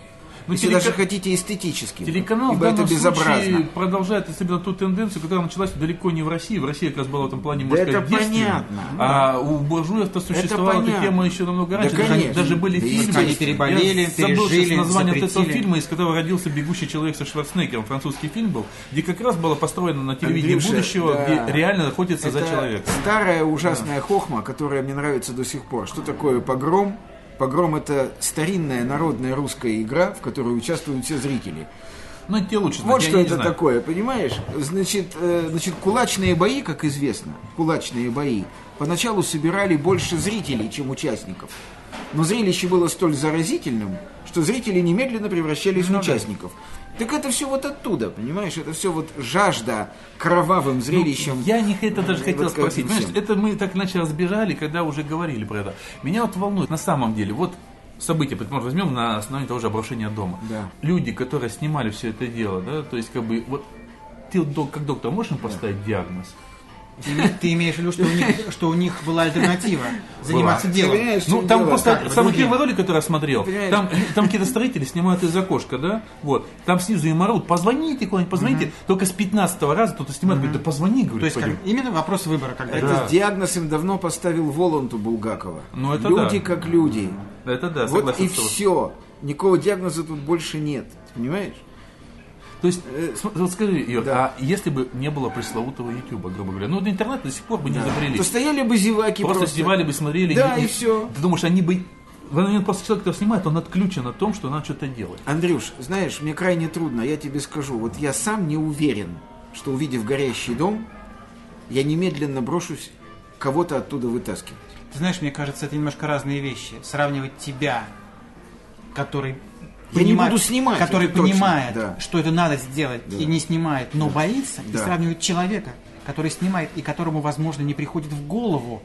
[SPEAKER 2] Ну,
[SPEAKER 3] Если
[SPEAKER 2] телека-
[SPEAKER 3] даже хотите эстетическим,
[SPEAKER 2] Телеканал в
[SPEAKER 3] ибо это
[SPEAKER 2] данном случае
[SPEAKER 3] безобразно.
[SPEAKER 2] продолжает особенно ту тенденцию, которая началась далеко не в России. В России как раз была в этом плане, можно
[SPEAKER 3] Да
[SPEAKER 2] сказать,
[SPEAKER 3] это
[SPEAKER 2] девственной.
[SPEAKER 3] понятно.
[SPEAKER 2] А у буржуев-то существовала эта
[SPEAKER 3] понятно.
[SPEAKER 2] тема еще намного раньше. Даже-
[SPEAKER 3] конечно.
[SPEAKER 2] Даже были
[SPEAKER 3] Да,
[SPEAKER 2] фильмы.
[SPEAKER 3] естественно.
[SPEAKER 4] Они переболели,
[SPEAKER 2] Я забыл сейчас
[SPEAKER 4] пережили,
[SPEAKER 2] название вот этого
[SPEAKER 4] запретили.
[SPEAKER 2] фильма, из которого родился «Бегущий человек» со Шварценеггером. Французский фильм был, где как раз было построено на телевидении
[SPEAKER 3] Андрюша,
[SPEAKER 2] будущего,
[SPEAKER 3] да.
[SPEAKER 2] где реально охотятся за
[SPEAKER 3] Это
[SPEAKER 2] человека.
[SPEAKER 3] Старая ужасная хохма, которая мне нравится до сих пор. Что такое погром? Погром это старинная народная русская игра, в которой участвуют все зрители.
[SPEAKER 2] Ну, это тебе лучше знать,
[SPEAKER 3] Вот
[SPEAKER 2] я
[SPEAKER 3] что
[SPEAKER 2] не
[SPEAKER 3] это
[SPEAKER 2] знаю.
[SPEAKER 3] такое, понимаешь? Значит, э, значит, кулачные бои, как известно, кулачные бои, поначалу собирали больше зрителей, чем участников. Но зрелище было столь заразительным, что зрители немедленно превращались
[SPEAKER 2] Ну
[SPEAKER 3] в участников. Так это все вот оттуда, понимаешь? Это все вот жажда кровавым зрелищем.
[SPEAKER 2] Ну, Я не х- это даже
[SPEAKER 3] э,
[SPEAKER 2] хотел
[SPEAKER 3] вот к этим
[SPEAKER 2] спросить. Понимаешь,
[SPEAKER 3] всем.
[SPEAKER 2] это мы так иначе разбирали, когда уже говорили про это. Меня вот волнует на самом деле, вот событие, предположим, возьмем на основании того же обрушения дома.
[SPEAKER 3] Да.
[SPEAKER 2] Люди, которые снимали все это дело, да, то есть как бы вот ты док- как доктор можешь им поставить диагноз?
[SPEAKER 4] Ты- Ты имеешь в виду, что у них, что у них была альтернатива заниматься
[SPEAKER 3] Ты
[SPEAKER 4] делом.
[SPEAKER 3] понимаешь, в
[SPEAKER 2] Ну,
[SPEAKER 3] чем
[SPEAKER 2] там
[SPEAKER 3] дело?
[SPEAKER 2] просто
[SPEAKER 3] Как?
[SPEAKER 2] самый
[SPEAKER 4] другие.
[SPEAKER 2] первый ролик, который я смотрел,
[SPEAKER 3] Понимаешь?
[SPEAKER 2] там, там какие-то строители снимают из окошка, да? Вот. Там снизу им орут, позвоните куда-нибудь, позвоните. Только с 15 раза кто-то снимает, говорит, да позвони, говорит.
[SPEAKER 4] То есть как-
[SPEAKER 2] пойдем».
[SPEAKER 4] именно вопрос выбора, когда
[SPEAKER 3] Этот
[SPEAKER 2] Да.
[SPEAKER 3] диагноз им давно поставил Воланту Булгакова.
[SPEAKER 2] Ну, это
[SPEAKER 3] люди
[SPEAKER 2] да.
[SPEAKER 3] как люди.
[SPEAKER 2] Это да,
[SPEAKER 3] вот
[SPEAKER 2] согласен
[SPEAKER 3] и
[SPEAKER 2] с тобой.
[SPEAKER 3] все. Никакого диагноза тут больше нет. Понимаешь?
[SPEAKER 2] То есть, э, см- вот скажи, Юр, а
[SPEAKER 3] да.
[SPEAKER 2] если бы не было пресловутого Ютуба, грубо говоря, ну, до интернета до сих пор бы не изобрели.
[SPEAKER 3] То стояли бы зеваки
[SPEAKER 2] просто
[SPEAKER 3] просто.
[SPEAKER 2] сдевали бы, смотрели.
[SPEAKER 3] Да,
[SPEAKER 2] не-
[SPEAKER 3] и всё.
[SPEAKER 2] Ты думаешь, они бы... В этот момент просто человек, который снимает, он отключен о том, что надо что-то делать.
[SPEAKER 3] Андрюш, знаешь, мне крайне трудно, я тебе скажу. Вот я сам не уверен, что увидев горящий дом, я немедленно брошусь кого-то оттуда вытаскивать.
[SPEAKER 4] Ты знаешь, мне кажется, это немножко разные вещи. Сравнивать тебя, который
[SPEAKER 3] Я не буду снимать,
[SPEAKER 4] который
[SPEAKER 3] это точно,
[SPEAKER 4] понимает,
[SPEAKER 3] да.
[SPEAKER 4] что это надо сделать и не снимает, но боится, и
[SPEAKER 3] Да.
[SPEAKER 4] сравнивать человека, который снимает и которому, возможно, не приходит в голову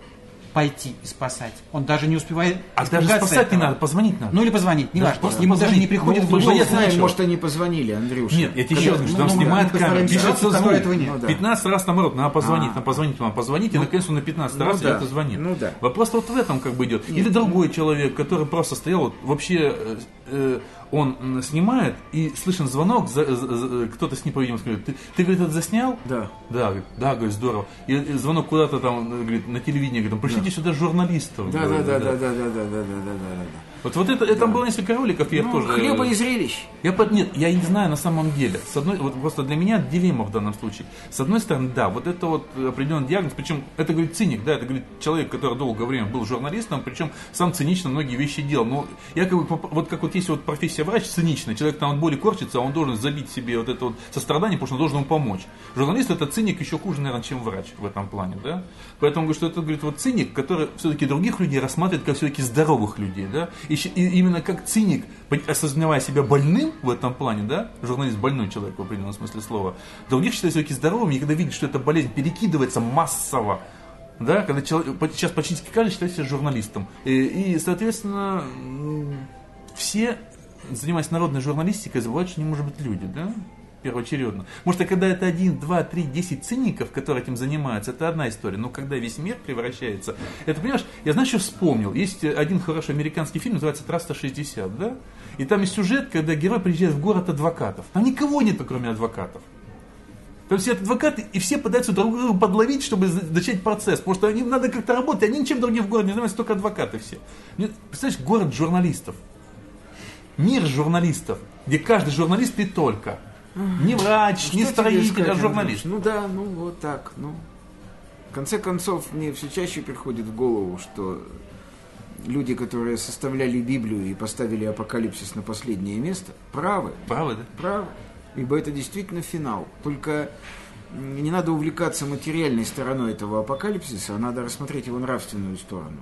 [SPEAKER 4] пойти и спасать. Он даже не успевает.
[SPEAKER 2] А даже
[SPEAKER 4] испугаться
[SPEAKER 2] спасать не
[SPEAKER 4] этого.
[SPEAKER 2] надо, позвонить надо.
[SPEAKER 4] Ну или позвонить, неважно.
[SPEAKER 2] просто
[SPEAKER 4] Ему даже
[SPEAKER 2] позвонить.
[SPEAKER 4] не приходит
[SPEAKER 2] Ну,
[SPEAKER 4] в
[SPEAKER 2] мы же
[SPEAKER 4] голову.
[SPEAKER 3] Мы не
[SPEAKER 2] знаем,
[SPEAKER 3] знаем,
[SPEAKER 2] что-
[SPEAKER 3] может, они позвонили, Андрюша.
[SPEAKER 2] Нет, я тебе еще раз говорю, что там
[SPEAKER 4] ну,
[SPEAKER 2] снимает камеру,
[SPEAKER 4] ну, постараемся.
[SPEAKER 2] пишется
[SPEAKER 4] Раз,
[SPEAKER 2] звук.
[SPEAKER 4] второй этого нет.
[SPEAKER 3] Ну, да.
[SPEAKER 2] 15 раз там орут, надо позвонить,
[SPEAKER 3] А.
[SPEAKER 2] надо позвонить, надо позвонить, и наконец он на 15
[SPEAKER 3] ну
[SPEAKER 2] раз
[SPEAKER 3] да.
[SPEAKER 2] это звонит.
[SPEAKER 3] Ну да. ну.
[SPEAKER 2] Вопрос вот в этом как бы идет. Или другой человек, который просто стоял, вот, вообще э, э, он м, снимает, и слышен звонок, за- за- за- кто-то с ним, по-видимому, говорит, ты, ты, говорит, это заснял?
[SPEAKER 3] Да.
[SPEAKER 2] Да, говорит, да, говорит, здорово. И, э, звонок куда-то там, э, говорит, на телевидении, говорит, пришлите сюда журналистов.
[SPEAKER 3] Да, да,
[SPEAKER 2] говорит,
[SPEAKER 3] да, да, да, да, да, да, да, да, да, да.
[SPEAKER 2] Вот, вот это, э, там было несколько роликов, я
[SPEAKER 3] Ну,
[SPEAKER 2] тоже... э,
[SPEAKER 3] Хлеба и зрелищ.
[SPEAKER 2] я под... Нет, я не знаю на самом деле. С одной, вот просто для меня дилемма в данном случае. С одной стороны, да, вот это вот определенный диагноз, причем это говорит циник, да, это говорит человек, который долгое время был журналистом, причем сам цинично многие вещи делал. Но якобы, поп- вот как вот есть вот профессия врач циничная, человек там от боли корчится, а он должен забить себе вот это вот сострадание, потому что он должен ему помочь. Журналист это циник еще хуже, наверное, чем врач в этом плане, да. Поэтому говорю, что это говорит вот циник, который все-таки других людей рассматривает как все-таки здоровых людей, да. И ещё и именно как циник, пон- осознавая себя больным в этом плане, да, журналист больной человек в определенном смысле слова, других считает все-таки здоровыми, и когда видит, что эта болезнь перекидывается массово, да, когда человек, по- сейчас почти каждый считает себя журналистом. И, и, соответственно, м, все, занимаясь народной журналистикой, забывают, что не может быть люди, да? первоочередно. Может, а когда это один, два, три, десять циников, которые этим занимаются, это одна история. Но когда весь мир превращается... Это, понимаешь, я, знаешь, что вспомнил? Есть э, один хороший американский фильм, называется «Траста 60», да? И там есть сюжет, когда герой приезжает в город адвокатов. Там никого нету, кроме адвокатов. Там все адвокаты, и все пытаются друг друга подловить, чтобы за- начать процесс. Потому что им надо как-то работать, они ничем другим в городе не занимаются, только адвокаты все. Мне- Представляешь, город журналистов. Мир журналистов, где каждый журналист ты только. Не врач, не
[SPEAKER 3] Ну, Что тебе
[SPEAKER 2] строитель, а
[SPEAKER 3] сказать,
[SPEAKER 2] журналист.
[SPEAKER 3] Ну да, ну вот так, ну. В конце концов, мне все чаще приходит в голову, что люди, которые составляли Библию и поставили апокалипсис на последнее место, правы,
[SPEAKER 2] Правда?
[SPEAKER 3] правы, ибо это действительно финал. Только м, не надо увлекаться материальной стороной этого апокалипсиса, а надо рассмотреть его нравственную сторону.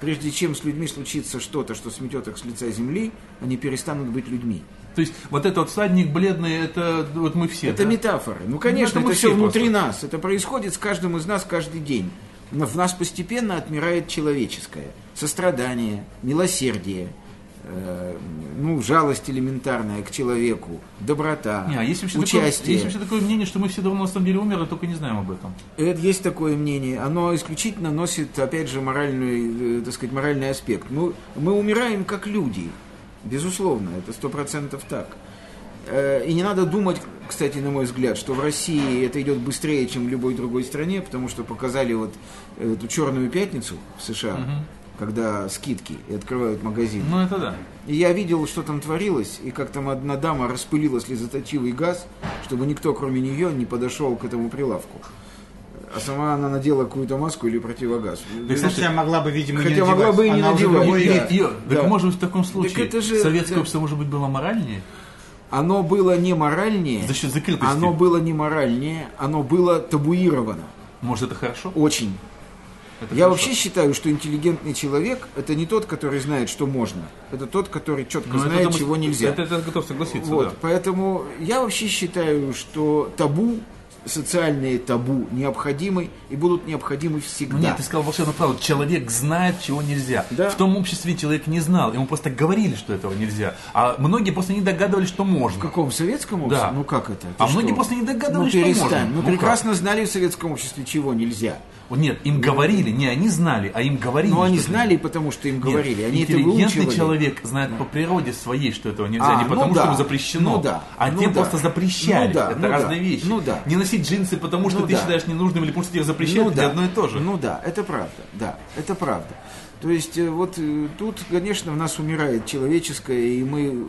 [SPEAKER 3] Прежде чем с людьми случится что-то, что сметет их с лица земли, они перестанут быть людьми.
[SPEAKER 2] То есть вот этот вот всадник бледный, это вот мы все.
[SPEAKER 3] Это
[SPEAKER 2] да?
[SPEAKER 3] метафоры. Ну, конечно,
[SPEAKER 2] Ну, это
[SPEAKER 3] это,
[SPEAKER 2] мы
[SPEAKER 3] все
[SPEAKER 2] все
[SPEAKER 3] внутри
[SPEAKER 2] просто.
[SPEAKER 3] нас. Это происходит с каждым из нас каждый день. Но в нас постепенно отмирает человеческое. Сострадание, милосердие, э, ну, жалость элементарная к человеку, доброта,
[SPEAKER 2] Не, а есть вообще, Такое,
[SPEAKER 3] участие.
[SPEAKER 2] есть вообще такое мнение, что мы все давно на самом деле умерли, только не знаем об этом.
[SPEAKER 3] Это есть такое мнение. Оно исключительно носит, опять же, моральный, э, так сказать, моральный аспект. Ну, мы умираем как люди. Безусловно, это сто процентов так. Э, И не надо думать, кстати, на мой взгляд, что в России это идет быстрее, чем в любой другой стране, потому что показали вот эту черную пятницу в США, когда скидки и открывают магазин.
[SPEAKER 2] Ну это да.
[SPEAKER 3] И я видел, что там творилось, и как там одна дама распылила слезоточивый газ, чтобы никто, кроме нее, не подошел к этому прилавку. А сама она надела какую-то маску или противогаз.
[SPEAKER 4] Хотя могла бы, видимо,
[SPEAKER 3] Хотя
[SPEAKER 4] не
[SPEAKER 3] могла
[SPEAKER 4] надевать.
[SPEAKER 3] бы и не
[SPEAKER 4] Она уже
[SPEAKER 3] надевать.
[SPEAKER 4] другой
[SPEAKER 3] И-
[SPEAKER 4] вид.
[SPEAKER 3] Да,
[SPEAKER 2] И- так
[SPEAKER 3] да.
[SPEAKER 2] может в таком случае
[SPEAKER 3] это же-
[SPEAKER 2] советское
[SPEAKER 3] да.
[SPEAKER 2] общество может быть было моральнее?
[SPEAKER 3] Оно было не моральнее,
[SPEAKER 2] За счет закрытости.
[SPEAKER 3] оно было не моральнее, оно было табуировано.
[SPEAKER 2] Может это хорошо?
[SPEAKER 3] Очень.
[SPEAKER 2] Это
[SPEAKER 3] Я
[SPEAKER 2] хорошо.
[SPEAKER 3] вообще считаю, что интеллигентный человек это не тот, который знает, что можно. Это тот, который четко
[SPEAKER 2] Ну, это
[SPEAKER 3] знает,
[SPEAKER 2] там-
[SPEAKER 3] чего нельзя.
[SPEAKER 2] Это, это готов согласиться,
[SPEAKER 3] Вот,
[SPEAKER 2] да.
[SPEAKER 3] поэтому я вообще считаю, что табу, социальные табу необходимы и будут необходимы всегда.
[SPEAKER 2] Ну, Нет, ты сказал волшебную правду. Человек знает, чего нельзя.
[SPEAKER 3] Да.
[SPEAKER 2] В том обществе человек не знал. Ему просто говорили, что этого нельзя. А многие просто не догадывались, что
[SPEAKER 3] В
[SPEAKER 2] можно.
[SPEAKER 3] каком советском обществе?
[SPEAKER 2] Да.
[SPEAKER 3] Ну как это? Ты
[SPEAKER 2] А многие
[SPEAKER 3] что?
[SPEAKER 2] просто не догадывались,
[SPEAKER 3] ну,
[SPEAKER 2] что
[SPEAKER 3] перестань.
[SPEAKER 2] можно.
[SPEAKER 3] Ну,
[SPEAKER 2] Ну,
[SPEAKER 3] прекрасно знали в советском обществе, чего нельзя.
[SPEAKER 2] Нет, им говорили. Не они знали, а им говорили.
[SPEAKER 3] Но Ну, они
[SPEAKER 2] что
[SPEAKER 3] знали, потому что им
[SPEAKER 2] Нет,
[SPEAKER 3] говорили. Они это
[SPEAKER 2] интеллигентный
[SPEAKER 3] выучивали.
[SPEAKER 2] человек знает по природе своей, что этого нельзя,
[SPEAKER 3] А,
[SPEAKER 2] не
[SPEAKER 3] ну
[SPEAKER 2] потому,
[SPEAKER 3] да,
[SPEAKER 2] что ему запрещено,
[SPEAKER 3] ну да,
[SPEAKER 2] а
[SPEAKER 3] ну
[SPEAKER 2] тем
[SPEAKER 3] да,
[SPEAKER 2] просто запрещали.
[SPEAKER 3] ну да,
[SPEAKER 2] это
[SPEAKER 3] ну да,
[SPEAKER 2] разные вещи.
[SPEAKER 3] ну да.
[SPEAKER 2] Не носить джинсы, потому что
[SPEAKER 3] Ну
[SPEAKER 2] ты
[SPEAKER 3] да.
[SPEAKER 2] считаешь ненужным, или потому что тебе запрещают, это одно и то же.
[SPEAKER 3] Ну да, это правда, да, это правда. То есть э, вот э, тут, конечно, в нас умирает человеческое, и мы,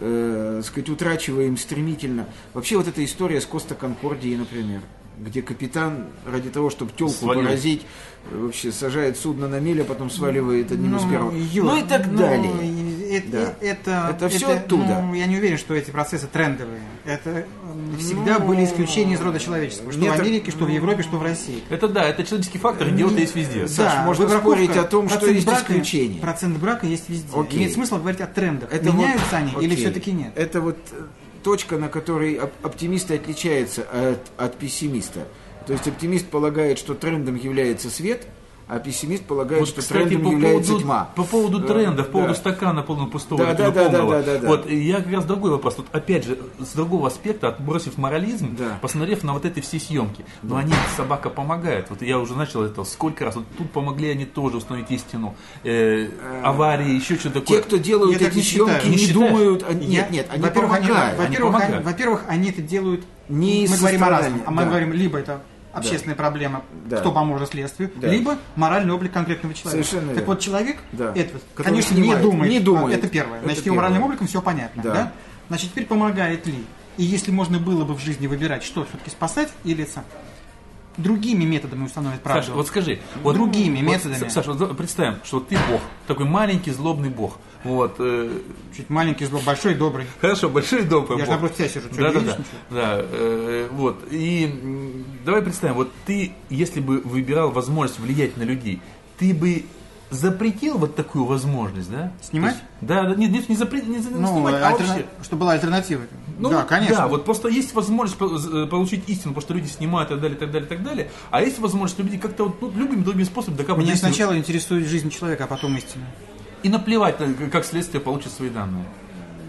[SPEAKER 3] э, так сказать, утрачиваем стремительно. Вообще вот эта история с Коста Конкордией, например, где капитан ради того, чтобы телку
[SPEAKER 2] Свалил.
[SPEAKER 3] поразить, э, вообще сажает судно на мель, а потом сваливает одним из первых.
[SPEAKER 4] Юр,
[SPEAKER 3] ну и так
[SPEAKER 4] ну,
[SPEAKER 3] далее.
[SPEAKER 4] и э-
[SPEAKER 3] Да.
[SPEAKER 4] э- Это,
[SPEAKER 3] Это всё оттуда. Ну,
[SPEAKER 4] ну, я не уверен, что эти процессы трендовые. Это м, всегда были исключения из рода человеческого. Что
[SPEAKER 3] нет, э, ну.
[SPEAKER 4] в Америке, что в Европе, что в России.
[SPEAKER 2] Это да, это человеческий фактор, и дело-то есть везде.
[SPEAKER 3] Саш, Э, можно
[SPEAKER 4] выбраковка,
[SPEAKER 3] спорить о том, что
[SPEAKER 4] процент
[SPEAKER 3] есть исключения.
[SPEAKER 4] Процент брака есть везде.
[SPEAKER 3] Окей.
[SPEAKER 4] Нет смысла говорить о трендах.
[SPEAKER 3] Это
[SPEAKER 4] Меняются
[SPEAKER 3] вот-
[SPEAKER 4] они или
[SPEAKER 3] окей.
[SPEAKER 4] все-таки нет?
[SPEAKER 3] Это вот э, точка, на которой оп- оптимист отличается от, от пессимиста. То есть оптимист полагает, что трендом является свет, а пессимист полагает,
[SPEAKER 2] Вот,
[SPEAKER 3] что
[SPEAKER 2] кстати,
[SPEAKER 3] трендом
[SPEAKER 2] по
[SPEAKER 3] является
[SPEAKER 2] поводу,
[SPEAKER 3] тьма.
[SPEAKER 2] по поводу
[SPEAKER 3] Да,
[SPEAKER 2] тренда, по поводу
[SPEAKER 3] да.
[SPEAKER 2] стакана полного пустого,
[SPEAKER 3] Да,
[SPEAKER 2] или
[SPEAKER 3] да, да,
[SPEAKER 2] полного.
[SPEAKER 3] да, да, да.
[SPEAKER 2] Вот, и я как раз другой вопрос. Тут опять же, с другого аспекта, отбросив морализм,
[SPEAKER 3] Да.
[SPEAKER 2] посмотрев на вот эти все съемки. Но они, собака помогает. Вот я уже начал это сколько раз. Вот тут помогли они тоже установить истину. Э, аварии, еще что-то такое.
[SPEAKER 3] Те, кто делают
[SPEAKER 4] Я так
[SPEAKER 3] эти
[SPEAKER 4] не считаю.
[SPEAKER 3] съемки,
[SPEAKER 4] Не
[SPEAKER 3] не,
[SPEAKER 2] считаешь?
[SPEAKER 3] думают... о- Нет,
[SPEAKER 4] Я-
[SPEAKER 3] нет, они
[SPEAKER 4] во-первых, они-
[SPEAKER 3] помогают.
[SPEAKER 4] Во-первых,
[SPEAKER 2] Они
[SPEAKER 4] они,
[SPEAKER 2] помогают.
[SPEAKER 4] во-первых, они это делают
[SPEAKER 3] Не
[SPEAKER 4] мы
[SPEAKER 3] из
[SPEAKER 4] говорим о разном,
[SPEAKER 3] сострадания,
[SPEAKER 4] а мы
[SPEAKER 3] да.
[SPEAKER 4] говорим либо это общественная проблема,
[SPEAKER 3] Да.
[SPEAKER 4] кто поможет следствию,
[SPEAKER 3] Да.
[SPEAKER 4] либо моральный облик конкретного человека.
[SPEAKER 3] Совершенно
[SPEAKER 4] так
[SPEAKER 3] верно.
[SPEAKER 4] вот человек,
[SPEAKER 3] Да.
[SPEAKER 4] этот,
[SPEAKER 3] Который
[SPEAKER 4] конечно,
[SPEAKER 3] снимает,
[SPEAKER 4] не думает. А,
[SPEAKER 3] не думает.
[SPEAKER 4] Это первое.
[SPEAKER 3] Это
[SPEAKER 4] Значит, его
[SPEAKER 3] первое.
[SPEAKER 4] моральным обликом все понятно.
[SPEAKER 3] Да.
[SPEAKER 4] Да. Значит, теперь помогает ли? И если можно было бы в жизни выбирать, что все-таки спасать или сам, другими методами установить правду.
[SPEAKER 2] Саша, вот скажи, вот
[SPEAKER 4] Другими
[SPEAKER 2] вот,
[SPEAKER 4] методами.
[SPEAKER 2] Саша, вот представим, что ты бог, такой маленький злобный бог. Вот, э,
[SPEAKER 4] Чуть маленький зло, большой и добрый.
[SPEAKER 2] Хорошо, большой дом.
[SPEAKER 4] Я же
[SPEAKER 2] Бог.
[SPEAKER 4] напротив тебя сижу, чё,
[SPEAKER 2] Да, да,
[SPEAKER 4] видишь
[SPEAKER 2] да. Да, э, вот. И м, давай представим, вот ты, если бы выбирал возможность влиять на людей, ты бы запретил вот такую возможность, да?
[SPEAKER 4] Снимать?
[SPEAKER 2] То есть- да, да, нет, нет, не запрет, не, за- не
[SPEAKER 4] Ну,
[SPEAKER 2] снимать, а
[SPEAKER 4] альтерна-
[SPEAKER 2] вообще.
[SPEAKER 4] чтобы была альтернатива.
[SPEAKER 2] Ну,
[SPEAKER 4] да, конечно.
[SPEAKER 2] Да, вот просто есть возможность по- з- э, получить истину, потому что люди снимают и так далее, и так далее, и так далее. А есть возможность люди как-то вот ну, любим другим способом докапывать.
[SPEAKER 4] Меня
[SPEAKER 2] истину.
[SPEAKER 4] сначала интересует жизнь человека, а потом истина.
[SPEAKER 2] И наплевать, на- как следствие получит свои данные.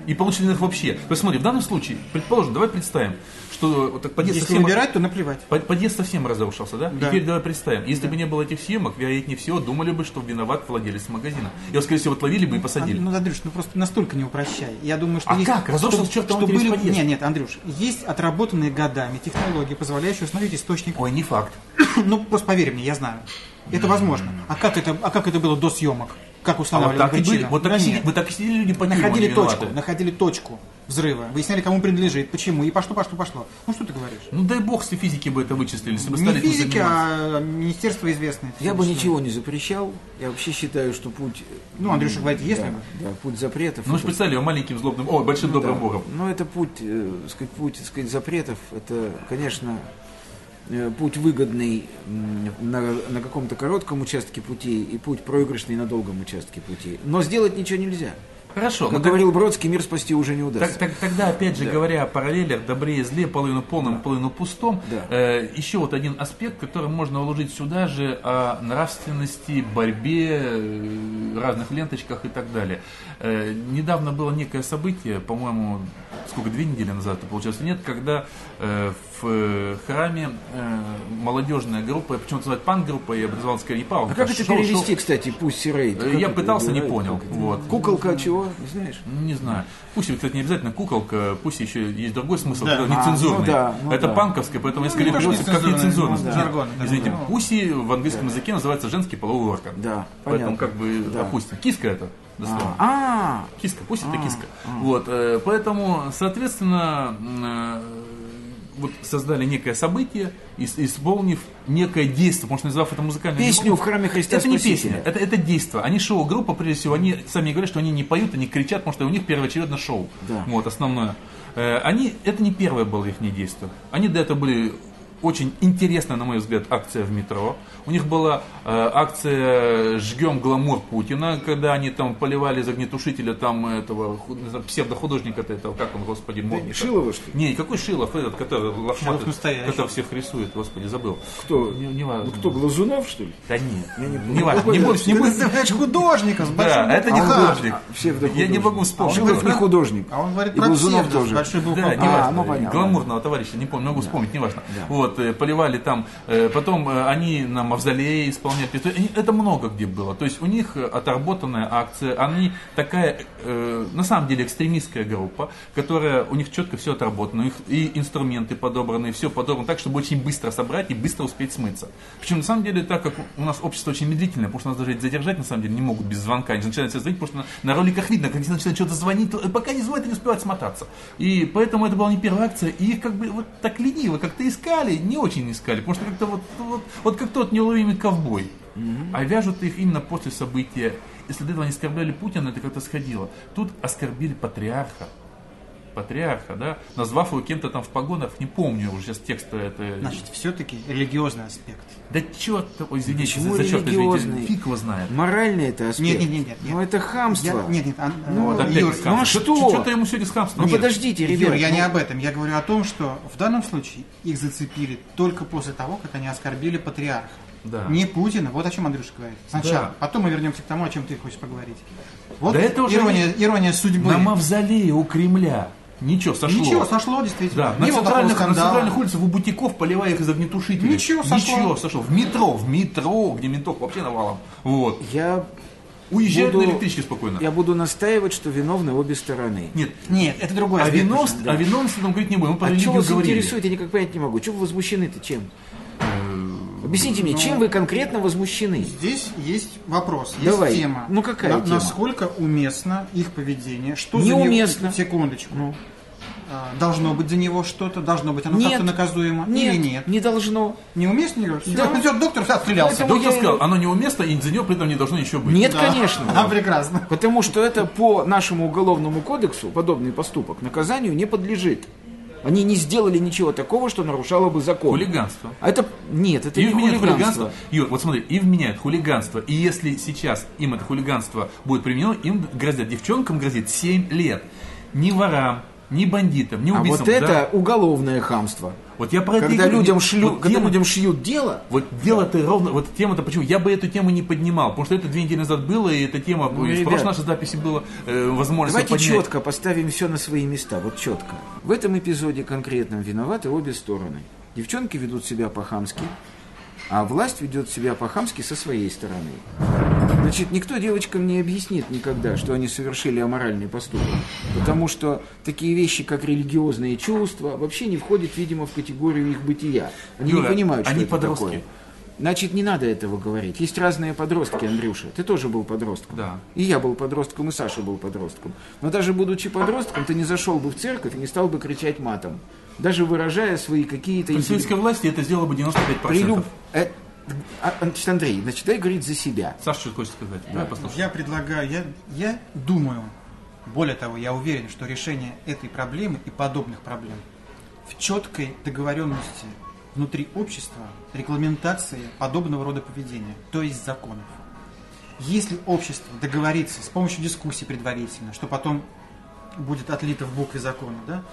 [SPEAKER 2] И получили на их вообще. То есть смотри, в данном случае, предположим, давай представим, что вот так по
[SPEAKER 4] Если выбирать, то наплевать.
[SPEAKER 2] Под- Подъезд совсем разрушился, да?
[SPEAKER 4] Да.
[SPEAKER 2] Теперь давай представим, если бы не было этих съемок, вероятнее всего, думали бы, что виноват владелец магазина. Его, скорее всего, отловили бы и
[SPEAKER 4] Ан-
[SPEAKER 2] посадили.
[SPEAKER 4] Ну, Андрюш, ну просто настолько не упрощай. Я думаю, что
[SPEAKER 2] А
[SPEAKER 4] есть...
[SPEAKER 2] как? Разрушил
[SPEAKER 4] что-
[SPEAKER 2] чертов
[SPEAKER 4] что
[SPEAKER 2] интерес
[SPEAKER 4] были-
[SPEAKER 2] подъезд.
[SPEAKER 4] Нет, нет, Андрюш, есть отработанные годами технологии, позволяющие установить источник.
[SPEAKER 2] Ой, не факт. М-м-м.
[SPEAKER 4] Ну, просто поверь мне, я знаю. Это возможно. А как это, а как это было до съемок? Как
[SPEAKER 2] А
[SPEAKER 4] устанавливали
[SPEAKER 2] вот так и
[SPEAKER 4] причину?
[SPEAKER 2] были. Вот так,
[SPEAKER 4] Да
[SPEAKER 2] и сидели,
[SPEAKER 4] нет.
[SPEAKER 2] вот так и сидели люди по фильму,
[SPEAKER 4] Находили
[SPEAKER 2] они
[SPEAKER 4] точку,
[SPEAKER 2] виноваты.
[SPEAKER 4] находили точку взрыва, выясняли, кому принадлежит, почему, и пошло, пошло, пошло. Ну, что ты говоришь?
[SPEAKER 2] Ну дай бог, если физики бы это вычислили, если бы
[SPEAKER 4] Не
[SPEAKER 2] стали этим
[SPEAKER 4] физики,
[SPEAKER 2] заниматься.
[SPEAKER 4] а министерство известное.
[SPEAKER 3] Я бы ничего не запрещал. Я вообще считаю, что путь...
[SPEAKER 4] Ну, Андрюша говорит, если
[SPEAKER 3] да,
[SPEAKER 4] бы.
[SPEAKER 3] Да, путь запретов.
[SPEAKER 2] Ну, вы
[SPEAKER 3] это-
[SPEAKER 2] же представили его маленьким злобным, о,
[SPEAKER 4] Ну
[SPEAKER 2] большим добрым
[SPEAKER 3] да.
[SPEAKER 2] богом.
[SPEAKER 3] Но это путь, э, сказать, путь так сказать, запретов. Это, конечно, э, путь выгодный м, на, на каком-то коротком участке пути и путь проигрышный на долгом участке пути. Но сделать ничего нельзя.
[SPEAKER 2] Хорошо,
[SPEAKER 3] Как
[SPEAKER 2] ну,
[SPEAKER 3] говорил Бродский, мир спасти уже не
[SPEAKER 2] Так,
[SPEAKER 3] удастся.
[SPEAKER 2] так- тогда, опять же, говоря о параллелях, добре и зле, половину полным, половину пустом,
[SPEAKER 3] Да.
[SPEAKER 2] э, еще вот один аспект, который можно уложить сюда же, о нравственности, борьбе, э, разных ленточках и так далее. Э, недавно было некое событие, по-моему, сколько, две недели назад, это получается, нет, когда э, в э, храме э, молодежная группа, я почему-то называют панк-группа, я бы назвал, скорее, не панк,
[SPEAKER 3] А как это
[SPEAKER 2] шоу- шоу-
[SPEAKER 3] перевести, кстати, пусть рейд?
[SPEAKER 2] Э, я пытался, не понял. Вот.
[SPEAKER 3] Куколка чего? Не знаешь?
[SPEAKER 2] Ну, Не знаю. Пусть, кстати, не обязательно куколка, пусть еще есть другой смысл,
[SPEAKER 4] Да.
[SPEAKER 2] который нецензурный.
[SPEAKER 3] А, ну да, ну
[SPEAKER 2] это
[SPEAKER 3] да.
[SPEAKER 2] панковское, поэтому несколько лет
[SPEAKER 4] немножко
[SPEAKER 2] берется как
[SPEAKER 4] нецензурный,
[SPEAKER 2] нецензурность.
[SPEAKER 4] ну да.
[SPEAKER 2] Нет,
[SPEAKER 4] Жаргон, да,
[SPEAKER 2] Извините,
[SPEAKER 4] да.
[SPEAKER 2] пуси в английском языке называется женский половой орган.
[SPEAKER 3] Да,
[SPEAKER 2] Поэтому
[SPEAKER 3] понятно.
[SPEAKER 2] как бы
[SPEAKER 3] Да.
[SPEAKER 2] опустим. Киска это, дословно.
[SPEAKER 3] А,
[SPEAKER 2] Киска, пусть это киска. Вот, э, поэтому, соответственно, м, э, вот создали некое событие, ис- исполнив некое действие, может, назвав это музыкальным.
[SPEAKER 3] Песню в храме Христа
[SPEAKER 2] Ну, Это не
[SPEAKER 3] Спасителя.
[SPEAKER 2] песня, это, это действие. Они шоу-группа, прежде всего, они сами говорят, что они не поют, они кричат, потому что у них первоочередно шоу.
[SPEAKER 3] Да.
[SPEAKER 2] Вот, основное. Э, Они, это не первое было их действие. Они до этого были очень интересная, на мой взгляд, акция в метро. У них была э, акция «Жгем гламур Путина», когда они там поливали из огнетушителя там этого ху- не знаю, псевдохудожника-то этого, как он, господи, модника.
[SPEAKER 3] Шилова, что ли?
[SPEAKER 2] Не, какой Шилов этот, который лохматый,
[SPEAKER 4] настоящий.
[SPEAKER 2] который всех рисует, господи, забыл.
[SPEAKER 3] Кто?
[SPEAKER 2] Не, не важно.
[SPEAKER 3] Ну кто, Глазунов, что ли?
[SPEAKER 2] Да нет,
[SPEAKER 3] не помню.
[SPEAKER 2] не важно, не будем, не
[SPEAKER 4] Ты
[SPEAKER 2] будем-
[SPEAKER 4] называешь художника с большим
[SPEAKER 2] Да, это не
[SPEAKER 4] буквой «Х».
[SPEAKER 2] художник.
[SPEAKER 3] А, Псевдохудожник.
[SPEAKER 2] Я не могу
[SPEAKER 3] А
[SPEAKER 2] вспомнить.
[SPEAKER 3] Шилов не
[SPEAKER 2] Да,
[SPEAKER 3] художник.
[SPEAKER 4] А он говорит
[SPEAKER 3] И
[SPEAKER 4] про
[SPEAKER 3] Глазунов
[SPEAKER 4] псевдо с
[SPEAKER 3] тоже.
[SPEAKER 4] большой буквы А,
[SPEAKER 2] Да,
[SPEAKER 4] «Х».
[SPEAKER 3] не
[SPEAKER 2] неважно.
[SPEAKER 3] ну, понятно.
[SPEAKER 2] Гламурного товарища, не помню, могу вспомнить, неважно. Вот, э, поливали там, э, потом э, они на мавзолее исполняли песню. И Это много где было. То есть у них э, отработанная акция, они такая, э, на самом деле, экстремистская группа, которая, у них четко все отработано, у них и инструменты подобраны, и все подобрано так, чтобы очень быстро собрать и быстро успеть смыться. Причем, на самом деле, так как у нас общество очень медлительное, потому что нас даже задержать, на самом деле, не могут без звонка. Они начинают все звонить, потому что на, на роликах видно, как они начинают что-то звонить, то- э, пока не звонят, они успевают смотаться. И поэтому это была не первая акция, и их как бы вот так лениво как-то искали, не очень искали, потому что как-то вот, вот, вот как тот неуловимый ковбой. А вяжут их именно после события. Если до этого они оскорбляли Путина, это как-то сходило. Тут оскорбили патриарха. Патриарха, да? Назвав его кем-то там в погонах, не помню уже сейчас текста это.
[SPEAKER 4] Значит, все-таки религиозный аспект.
[SPEAKER 2] Да черт, ой, извините,
[SPEAKER 3] Почему
[SPEAKER 2] за черт, извините,
[SPEAKER 3] религиозный?
[SPEAKER 2] фиг его знает.
[SPEAKER 3] Моральный это аспект.
[SPEAKER 4] Нет, нет, нет, нет.
[SPEAKER 3] Ну это хамство.
[SPEAKER 4] Я- нет, нет, а,
[SPEAKER 3] Ну,
[SPEAKER 4] вот
[SPEAKER 3] так
[SPEAKER 2] Опять
[SPEAKER 4] Юр,
[SPEAKER 2] с
[SPEAKER 3] ну а
[SPEAKER 2] хамством.
[SPEAKER 3] что?
[SPEAKER 2] Что-то ему сегодня с хамством.
[SPEAKER 3] Ну
[SPEAKER 2] Нет.
[SPEAKER 3] подождите,
[SPEAKER 4] Юр,
[SPEAKER 3] ребят.
[SPEAKER 4] я
[SPEAKER 3] ну,
[SPEAKER 4] не об этом. Я говорю о том, что в данном случае их зацепили только после того, как они оскорбили патриарха.
[SPEAKER 2] Да.
[SPEAKER 4] Не Путина. Вот о чем Андрюша говорит. Сначала.
[SPEAKER 2] Да.
[SPEAKER 4] Потом мы вернемся к тому, о чем ты хочешь поговорить. Вот
[SPEAKER 2] Да это уже
[SPEAKER 4] ирония, ирония судьбы.
[SPEAKER 2] На мавзолее у Кремля. Ничего, сошло.
[SPEAKER 4] Ничего, сошло действительно.
[SPEAKER 2] Да, на
[SPEAKER 4] Не было такого
[SPEAKER 2] центральных, на
[SPEAKER 4] скандала.
[SPEAKER 2] центральных улицах у бутиков, поливая их из огнетушителей.
[SPEAKER 4] Ничего сошло.
[SPEAKER 2] Ничего сошло. В метро, в метро, где ментов вообще навалом. Вот.
[SPEAKER 3] Я
[SPEAKER 2] Уезжают
[SPEAKER 3] буду-
[SPEAKER 2] на электричке спокойно.
[SPEAKER 3] я буду настаивать, что виновны обе стороны.
[SPEAKER 2] Нет. а
[SPEAKER 4] Нет, это другое.
[SPEAKER 2] О вином,
[SPEAKER 4] Совершенно.
[SPEAKER 2] о виновности там говорить не будем. Мы про
[SPEAKER 3] а что
[SPEAKER 2] религию
[SPEAKER 3] вас
[SPEAKER 2] говорили.
[SPEAKER 3] интересует, я никак понять не могу. Чего вы возмущены-то чем? Объясните
[SPEAKER 4] Ну,
[SPEAKER 3] мне, чем вы конкретно возмущены?
[SPEAKER 4] Здесь есть вопрос, есть
[SPEAKER 3] Давай.
[SPEAKER 4] тема.
[SPEAKER 3] Ну, какая тема?
[SPEAKER 4] Насколько уместно их поведение? Что за
[SPEAKER 3] Неуместно. Ну.
[SPEAKER 4] него- Секундочку. А, Должно быть за него что-то, должно быть оно
[SPEAKER 3] Нет.
[SPEAKER 4] ну, как-то наказуемо
[SPEAKER 3] Нет,
[SPEAKER 4] или нет?
[SPEAKER 3] не должно.
[SPEAKER 4] Неуместно? Юр?
[SPEAKER 3] Да.
[SPEAKER 4] Всё, идёт доктор, всё, отстрелялся.
[SPEAKER 3] Поэтому
[SPEAKER 2] Доктор
[SPEAKER 3] я-
[SPEAKER 2] сказал, оно неуместно, и за него при этом не должно ничего быть.
[SPEAKER 3] Нет,
[SPEAKER 4] Да.
[SPEAKER 3] конечно.
[SPEAKER 4] А, прекрасно.
[SPEAKER 3] Потому что это по нашему уголовному кодексу подобный поступок наказанию не подлежит. Они не сделали ничего такого, что нарушало бы закон.
[SPEAKER 2] Хулиганство.
[SPEAKER 3] А это нет, это
[SPEAKER 2] и
[SPEAKER 3] не
[SPEAKER 2] вменяют
[SPEAKER 3] хулиганство.
[SPEAKER 2] хулиганство. Юр, вот смотри, и вменяют хулиганство. И если сейчас им это хулиганство будет применено, им грозят, девчонкам грозит 7 лет. Ни ворам, ни бандитам, ни
[SPEAKER 3] А
[SPEAKER 2] убийцам.
[SPEAKER 3] вот
[SPEAKER 2] да?
[SPEAKER 3] это уголовное хамство.
[SPEAKER 2] Вот я про это и
[SPEAKER 3] Когда
[SPEAKER 2] говорю.
[SPEAKER 3] людям
[SPEAKER 2] Вот
[SPEAKER 3] шлют, когда
[SPEAKER 2] тема-
[SPEAKER 3] людям шьют дело,
[SPEAKER 2] Вот дело-то ровно, вот тема-то почему? Я бы эту тему не поднимал, потому что это две недели назад было, и эта тема,
[SPEAKER 3] Ну,
[SPEAKER 2] из
[SPEAKER 3] ребят,
[SPEAKER 2] прошлой нашей записи было э, возможность
[SPEAKER 3] Давайте
[SPEAKER 2] поднять.
[SPEAKER 3] четко поставим все на свои места, вот четко. В этом эпизоде конкретном виноваты обе стороны. Девчонки ведут себя по-хамски, а власть ведет себя по-хамски со своей стороны. Значит, никто девочкам не объяснит никогда, что они совершили аморальный поступок, потому что такие вещи, как религиозные чувства, вообще не входят, видимо, в категорию их бытия. Они не
[SPEAKER 2] Юра,
[SPEAKER 3] понимают, что
[SPEAKER 2] они
[SPEAKER 3] это
[SPEAKER 2] подростки.
[SPEAKER 3] такое. Значит, не надо этого говорить. Есть разные подростки, Андрюша. Ты тоже был подростком.
[SPEAKER 2] Да.
[SPEAKER 3] И я был подростком, и Саша был подростком. Но даже будучи подростком, ты не зашел бы в церковь и не стал бы кричать матом. Даже выражая свои какие-то...
[SPEAKER 2] При
[SPEAKER 3] интелли-
[SPEAKER 2] советской власти это сделало бы 95%.
[SPEAKER 3] При люб- Э, а, а, значит, Андрей, значит, дай говорить за себя.
[SPEAKER 2] Саша, что хочешь сказать? Давай послушаем.
[SPEAKER 4] Я предлагаю, я, я думаю, более того, я уверен, что решение этой проблемы и подобных проблем в четкой договоренности внутри общества, регламентации подобного рода поведения, то есть законов. Если общество договорится с помощью дискуссий предварительно, что потом будет отлито в букве закона, да,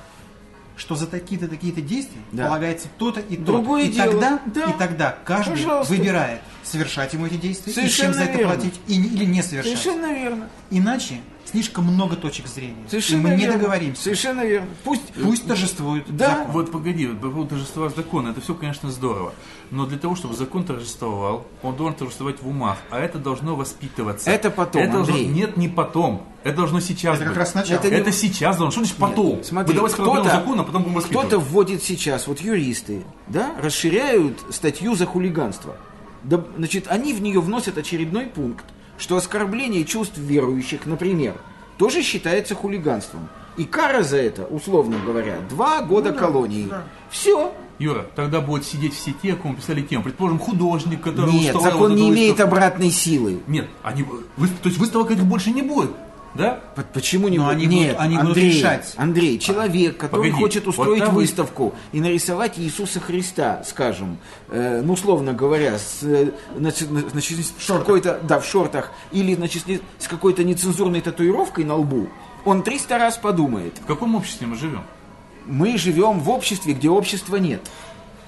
[SPEAKER 4] что за такие-то такие-то действия
[SPEAKER 3] Да.
[SPEAKER 4] полагается то-то и то.
[SPEAKER 3] Другое
[SPEAKER 4] и
[SPEAKER 3] дело.
[SPEAKER 4] тогда,
[SPEAKER 3] Да.
[SPEAKER 4] и тогда каждый
[SPEAKER 3] Пожалуйста.
[SPEAKER 4] выбирает, совершать ему эти действия, и чем
[SPEAKER 3] Совершенно
[SPEAKER 4] за это
[SPEAKER 3] верно.
[SPEAKER 4] платить и не- или не совершать.
[SPEAKER 3] Совершенно верно.
[SPEAKER 4] Иначе слишком много точек зрения.
[SPEAKER 3] Совершенно
[SPEAKER 4] и мы не
[SPEAKER 3] верно.
[SPEAKER 4] договоримся.
[SPEAKER 3] Совершенно верно. Пусть...
[SPEAKER 4] Пусть торжествует
[SPEAKER 3] Да.
[SPEAKER 4] закон.
[SPEAKER 2] Вот погоди, вот по поводу торжества закона, это все, конечно, здорово. Но для того, чтобы закон торжествовал, он должен торжествовать в умах, а это должно воспитываться.
[SPEAKER 3] Это потом,
[SPEAKER 2] Это должно-
[SPEAKER 3] Андрей.
[SPEAKER 2] Нет, не потом. Это должно сейчас
[SPEAKER 4] Это как
[SPEAKER 2] быть.
[SPEAKER 4] раз сначала.
[SPEAKER 2] Это,
[SPEAKER 3] Это не-
[SPEAKER 2] сейчас должно. Что значит потом?
[SPEAKER 3] Смотри,
[SPEAKER 2] Вы давайте сначала
[SPEAKER 3] кто-то-
[SPEAKER 2] примем закон, а потом будем воспитывать.
[SPEAKER 3] Кто-то вводит сейчас, вот юристы, да, расширяют статью за хулиганство. Да, значит, они в нее вносят очередной пункт, что оскорбление чувств верующих, например, тоже считается хулиганством. И кара за это, условно говоря, два года колонии. Все.
[SPEAKER 2] Юра, тогда будут сидеть все те, кому писали тему. Предположим, художник, который
[SPEAKER 3] Нет,
[SPEAKER 2] устал
[SPEAKER 3] закон
[SPEAKER 2] от
[SPEAKER 3] не
[SPEAKER 2] этого
[SPEAKER 3] имеет
[SPEAKER 2] выставки.
[SPEAKER 3] обратной силы.
[SPEAKER 2] Нет, они... вы- То есть выставок этих больше не будет, да?
[SPEAKER 3] П- Почему не
[SPEAKER 4] Но
[SPEAKER 3] будет?
[SPEAKER 4] они будут-
[SPEAKER 3] Нет,
[SPEAKER 4] они будут
[SPEAKER 3] Андрей,
[SPEAKER 4] решать.
[SPEAKER 3] Андрей, человек, который
[SPEAKER 2] Погоди,
[SPEAKER 3] хочет
[SPEAKER 2] вот
[SPEAKER 3] устроить
[SPEAKER 2] там вы-
[SPEAKER 3] выставку и нарисовать Иисуса Христа, скажем, э, ну, условно говоря, с, э, значит, на- значит, с какой-то, да, в шортах, или, значит, не- с какой-то нецензурной татуировкой на лбу, он 300 раз подумает.
[SPEAKER 2] В каком обществе мы живем?
[SPEAKER 3] Мы живем в обществе, где общества нет.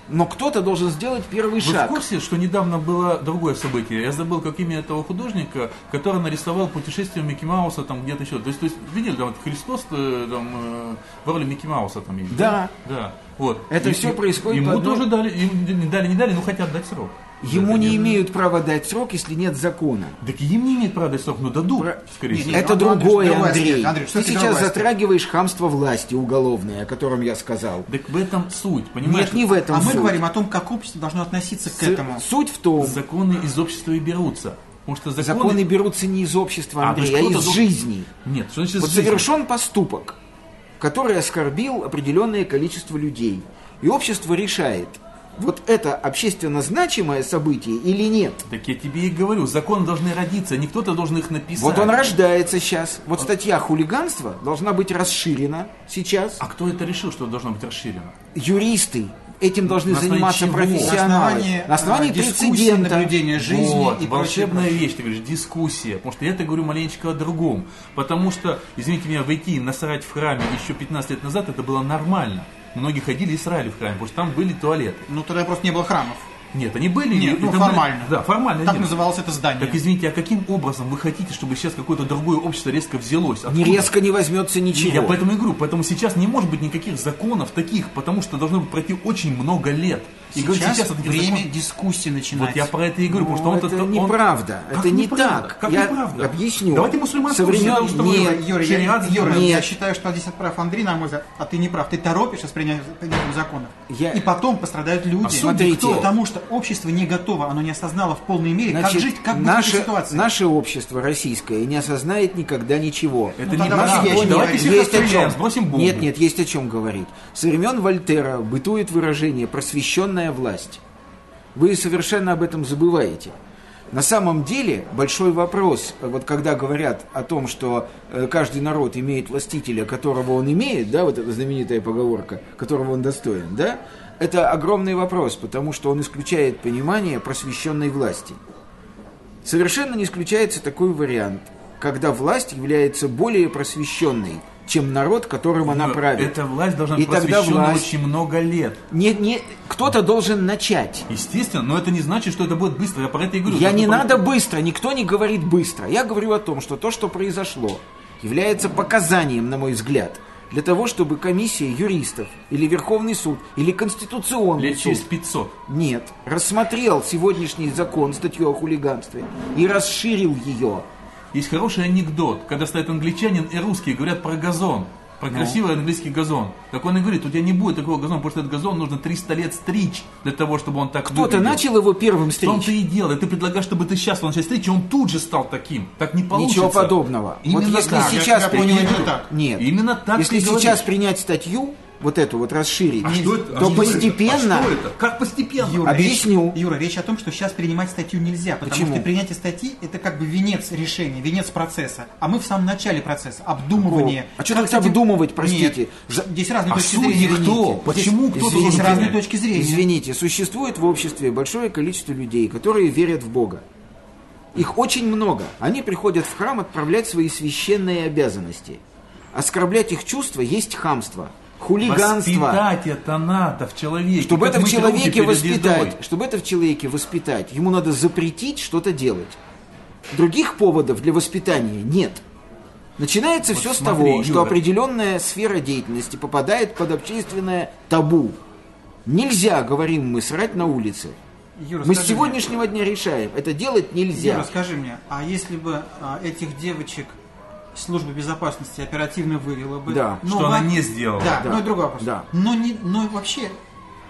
[SPEAKER 3] Но кто-то должен сделать первый
[SPEAKER 2] Вы
[SPEAKER 3] шаг.
[SPEAKER 2] в курсе, что недавно было другое событие? Я забыл, как имя этого художника, который нарисовал путешествие Микки Мауса там где-то еще. То есть, то есть видели, там вот Христос э, там, э, в роли Микки Мауса там есть?
[SPEAKER 3] Да.
[SPEAKER 2] Да. Вот.
[SPEAKER 3] Это всё происходит
[SPEAKER 2] Ему
[SPEAKER 3] по одной-
[SPEAKER 2] тоже дали, им не дали, не дали, но хотят дать срок.
[SPEAKER 3] Ему
[SPEAKER 2] Да,
[SPEAKER 3] не
[SPEAKER 2] нет.
[SPEAKER 3] имеют права дать срок, если нет закона.
[SPEAKER 2] Так и им не имеет права дать срок, но дадут,
[SPEAKER 3] Про-
[SPEAKER 2] скорее
[SPEAKER 4] Не,
[SPEAKER 2] всего.
[SPEAKER 4] не,
[SPEAKER 3] Это
[SPEAKER 4] ну, Андрюш,
[SPEAKER 3] другое,
[SPEAKER 4] давай,
[SPEAKER 3] Андрей.
[SPEAKER 4] Свет, Андрей, что
[SPEAKER 3] Ты
[SPEAKER 4] ты
[SPEAKER 3] сейчас
[SPEAKER 4] давай, Свет?
[SPEAKER 3] затрагиваешь хамство власти уголовное, о котором я сказал.
[SPEAKER 2] Так в этом суть, понимаешь?
[SPEAKER 3] Нет, не в этом
[SPEAKER 4] а мы
[SPEAKER 3] суть.
[SPEAKER 4] говорим о том, как общество должно относиться к
[SPEAKER 3] Сы-
[SPEAKER 4] этому.
[SPEAKER 3] Суть в том,
[SPEAKER 2] Законы из общества и берутся. Потому что законы...
[SPEAKER 3] законы берутся не из общества,
[SPEAKER 2] А, то есть
[SPEAKER 3] Андрей, а,
[SPEAKER 2] кто-то
[SPEAKER 3] из
[SPEAKER 2] должен-
[SPEAKER 3] жизни.
[SPEAKER 2] Нет, что значит из
[SPEAKER 3] Вот
[SPEAKER 2] жизни?
[SPEAKER 3] совершен поступок, который оскорбил определенное количество людей. И общество решает, вот это общественно значимое событие или нет.
[SPEAKER 2] Так я тебе и говорю, законы должны родиться, не кто-то должен их написать.
[SPEAKER 3] Вот он рождается сейчас. Вот статья хулиганства должна быть расширена сейчас.
[SPEAKER 2] А кто это решил, что должно быть расширено?
[SPEAKER 3] Юристы этим должны
[SPEAKER 2] На основании
[SPEAKER 3] заниматься
[SPEAKER 2] чего?
[SPEAKER 3] профессионалы.
[SPEAKER 4] На основании, э, дискуссии, наблюдения жизни
[SPEAKER 2] вот,
[SPEAKER 4] и прочее,
[SPEAKER 2] волшебная вещь, ты говоришь, дискуссия. Потому что я-то говорю маленечко о другом. Потому что, извините меня, войти и насрать в храме еще 15 лет назад, это было нормально. Многие ходили и срали в храме, потому что там были туалеты.
[SPEAKER 4] Ну тогда просто не было храмов.
[SPEAKER 2] Нет, они были. и-
[SPEAKER 4] Нет,
[SPEAKER 2] и
[SPEAKER 4] ну
[SPEAKER 2] там были-
[SPEAKER 4] формально.
[SPEAKER 2] Да, формально.
[SPEAKER 4] Так
[SPEAKER 2] нет.
[SPEAKER 4] называлось это здание.
[SPEAKER 2] Так извините, а каким образом вы хотите, чтобы сейчас какое-то другое общество резко взялось?
[SPEAKER 3] Не
[SPEAKER 2] Откуда?
[SPEAKER 3] резко не возьмется ничего.
[SPEAKER 2] Я поэтому и говорю, поэтому сейчас не может быть никаких законов таких, потому что должно пройти очень много лет. И говорить
[SPEAKER 4] сейчас,
[SPEAKER 2] о таких
[SPEAKER 4] время
[SPEAKER 2] законах-
[SPEAKER 4] дискуссии начинать.
[SPEAKER 2] Вот я про это и говорю,
[SPEAKER 3] Ну,
[SPEAKER 2] потому что
[SPEAKER 3] это
[SPEAKER 2] он- он-
[SPEAKER 3] неправда,
[SPEAKER 2] Как
[SPEAKER 3] это не
[SPEAKER 2] неправда?
[SPEAKER 3] так.
[SPEAKER 2] Как
[SPEAKER 3] Я
[SPEAKER 2] неправда?
[SPEAKER 3] объясню.
[SPEAKER 2] Давайте мусульманскую
[SPEAKER 3] Со времен-
[SPEAKER 2] Современ...
[SPEAKER 3] Нет,
[SPEAKER 2] Нет,
[SPEAKER 4] Юра, я,
[SPEAKER 2] шариат,
[SPEAKER 4] Юра,
[SPEAKER 3] Нет.
[SPEAKER 4] я считаю, что здесь отправ Андрей, на мой взгляд, а ты не прав. Ты торопишься с принятием, принятием законов.
[SPEAKER 3] Я-
[SPEAKER 4] И потом пострадают люди.
[SPEAKER 3] смотрите.
[SPEAKER 4] Кто? Потому что общество не готово, оно не осознало в полной мере, как
[SPEAKER 3] Значит,
[SPEAKER 4] жить, как быть в этой
[SPEAKER 3] наше,
[SPEAKER 4] ситуации.
[SPEAKER 3] наше общество российское не осознает никогда ничего.
[SPEAKER 2] Это
[SPEAKER 4] Ну,
[SPEAKER 2] не
[SPEAKER 4] тогда
[SPEAKER 2] наш
[SPEAKER 4] вообще
[SPEAKER 2] бог.
[SPEAKER 4] не
[SPEAKER 2] Давайте
[SPEAKER 4] говорим.
[SPEAKER 2] всех
[SPEAKER 3] есть о
[SPEAKER 2] расстреляем,
[SPEAKER 3] чем.
[SPEAKER 2] сбросим бомбу.
[SPEAKER 3] Нет, нет, есть о чем говорить. Со времен Вольтера бытует выражение «просвещенная власть». Вы совершенно об этом забываете. На самом деле большой вопрос, вот когда говорят о том, что э, каждый народ имеет властителя, которого он имеет, да, вот эта знаменитая поговорка, которого он достоин, да, это огромный вопрос, потому что он исключает понимание просвещенной власти. Совершенно не исключается такой вариант, когда власть является более просвещенной, чем народ, которым она
[SPEAKER 2] Но
[SPEAKER 3] правит.
[SPEAKER 2] Э, Эта власть должна
[SPEAKER 3] И
[SPEAKER 2] быть
[SPEAKER 3] тогда
[SPEAKER 2] просвещена
[SPEAKER 3] власть-
[SPEAKER 2] очень много лет.
[SPEAKER 3] Не, не, кто-то должен начать.
[SPEAKER 2] Естественно, но это не значит, что это будет быстро. Я про это и говорю.
[SPEAKER 3] Я
[SPEAKER 2] Что
[SPEAKER 3] не
[SPEAKER 2] это
[SPEAKER 3] надо быстро, никто не говорит быстро. Я говорю о том, что то, что произошло, является показанием, на мой взгляд, для того, чтобы комиссия юристов или Верховный суд или Конституционный
[SPEAKER 2] Лет
[SPEAKER 3] суд
[SPEAKER 2] через 500.
[SPEAKER 3] нет, рассмотрел сегодняшний закон, статью о хулиганстве и расширил ее.
[SPEAKER 2] Есть хороший анекдот, когда стоит англичанин и русские говорят про газон. Про
[SPEAKER 3] Ну.
[SPEAKER 2] красивый английский газон. Так он и говорит, у тебя не будет такого газона, потому что этот газон нужно 300 лет стричь для того, чтобы он так
[SPEAKER 3] Кто-то
[SPEAKER 2] выглядел.
[SPEAKER 3] начал его первым
[SPEAKER 2] Ну, В том-то
[SPEAKER 3] встречать.
[SPEAKER 2] и дело. И Ты предлагаешь, чтобы ты сейчас начал стричь, и он тут же стал таким. Так не получится.
[SPEAKER 3] Ничего подобного. вот
[SPEAKER 2] Именно
[SPEAKER 3] если
[SPEAKER 2] так. Я
[SPEAKER 3] сейчас
[SPEAKER 4] тебя понял
[SPEAKER 3] принять-
[SPEAKER 4] именно так.
[SPEAKER 3] Нет.
[SPEAKER 2] Именно так
[SPEAKER 3] Если
[SPEAKER 2] ты
[SPEAKER 3] сейчас
[SPEAKER 2] говоришь.
[SPEAKER 3] принять статью, вот эту вот расширить,
[SPEAKER 2] А что это? А
[SPEAKER 3] то
[SPEAKER 2] что это?
[SPEAKER 3] постепенно
[SPEAKER 2] А что это? Как постепенно?
[SPEAKER 4] Юра,
[SPEAKER 3] Объясню.
[SPEAKER 4] Речь, Юра, речь о том, что сейчас принимать статью нельзя, потому
[SPEAKER 3] Почему?
[SPEAKER 4] что принятие статьи это как бы венец решения, венец процесса. А мы в самом начале процесса, обдумывание.
[SPEAKER 3] А что тогда
[SPEAKER 4] Как с этим-
[SPEAKER 3] обдумывать, простите?
[SPEAKER 4] Нет,
[SPEAKER 3] За-
[SPEAKER 4] Здесь разные
[SPEAKER 2] А
[SPEAKER 4] точки
[SPEAKER 2] судьи
[SPEAKER 4] зрения.
[SPEAKER 2] кто?
[SPEAKER 4] извините.
[SPEAKER 2] Почему
[SPEAKER 4] Здесь-
[SPEAKER 2] кто-то
[SPEAKER 4] Здесь
[SPEAKER 2] должен
[SPEAKER 4] разные
[SPEAKER 2] принять?
[SPEAKER 4] точки зрения.
[SPEAKER 3] Извините, существует в обществе большое количество людей, которые верят в Бога. Их очень много. Они приходят в храм отправлять свои священные обязанности. Оскорблять их чувства есть хамство, хулиганство.
[SPEAKER 2] Воспитать это надо в человеке.
[SPEAKER 3] Чтобы
[SPEAKER 2] как
[SPEAKER 3] это в
[SPEAKER 2] мыть руки
[SPEAKER 3] человеке
[SPEAKER 2] перед
[SPEAKER 3] воспитать,
[SPEAKER 2] едой.
[SPEAKER 3] чтобы это в человеке воспитать, ему надо запретить что-то делать. Других поводов для воспитания нет. Начинается все с
[SPEAKER 2] смотри,
[SPEAKER 3] того, что
[SPEAKER 2] Юра.
[SPEAKER 3] определенная сфера деятельности попадает под общественное табу. Нельзя, говорим мы, срать на улице.
[SPEAKER 4] Юра,
[SPEAKER 3] Мы с
[SPEAKER 4] скажи мне,
[SPEAKER 3] сегодняшнего дня решаем, это делать
[SPEAKER 4] Юра,
[SPEAKER 3] нельзя.
[SPEAKER 4] скажи мне, а если бы а, этих девочек служба безопасности оперативно вывела бы?
[SPEAKER 3] Да.
[SPEAKER 4] но
[SPEAKER 2] Что она
[SPEAKER 4] во-
[SPEAKER 2] не сделала.
[SPEAKER 4] Да,
[SPEAKER 3] Да.
[SPEAKER 4] ну и другой вопрос.
[SPEAKER 3] Да.
[SPEAKER 4] Но, не, но вообще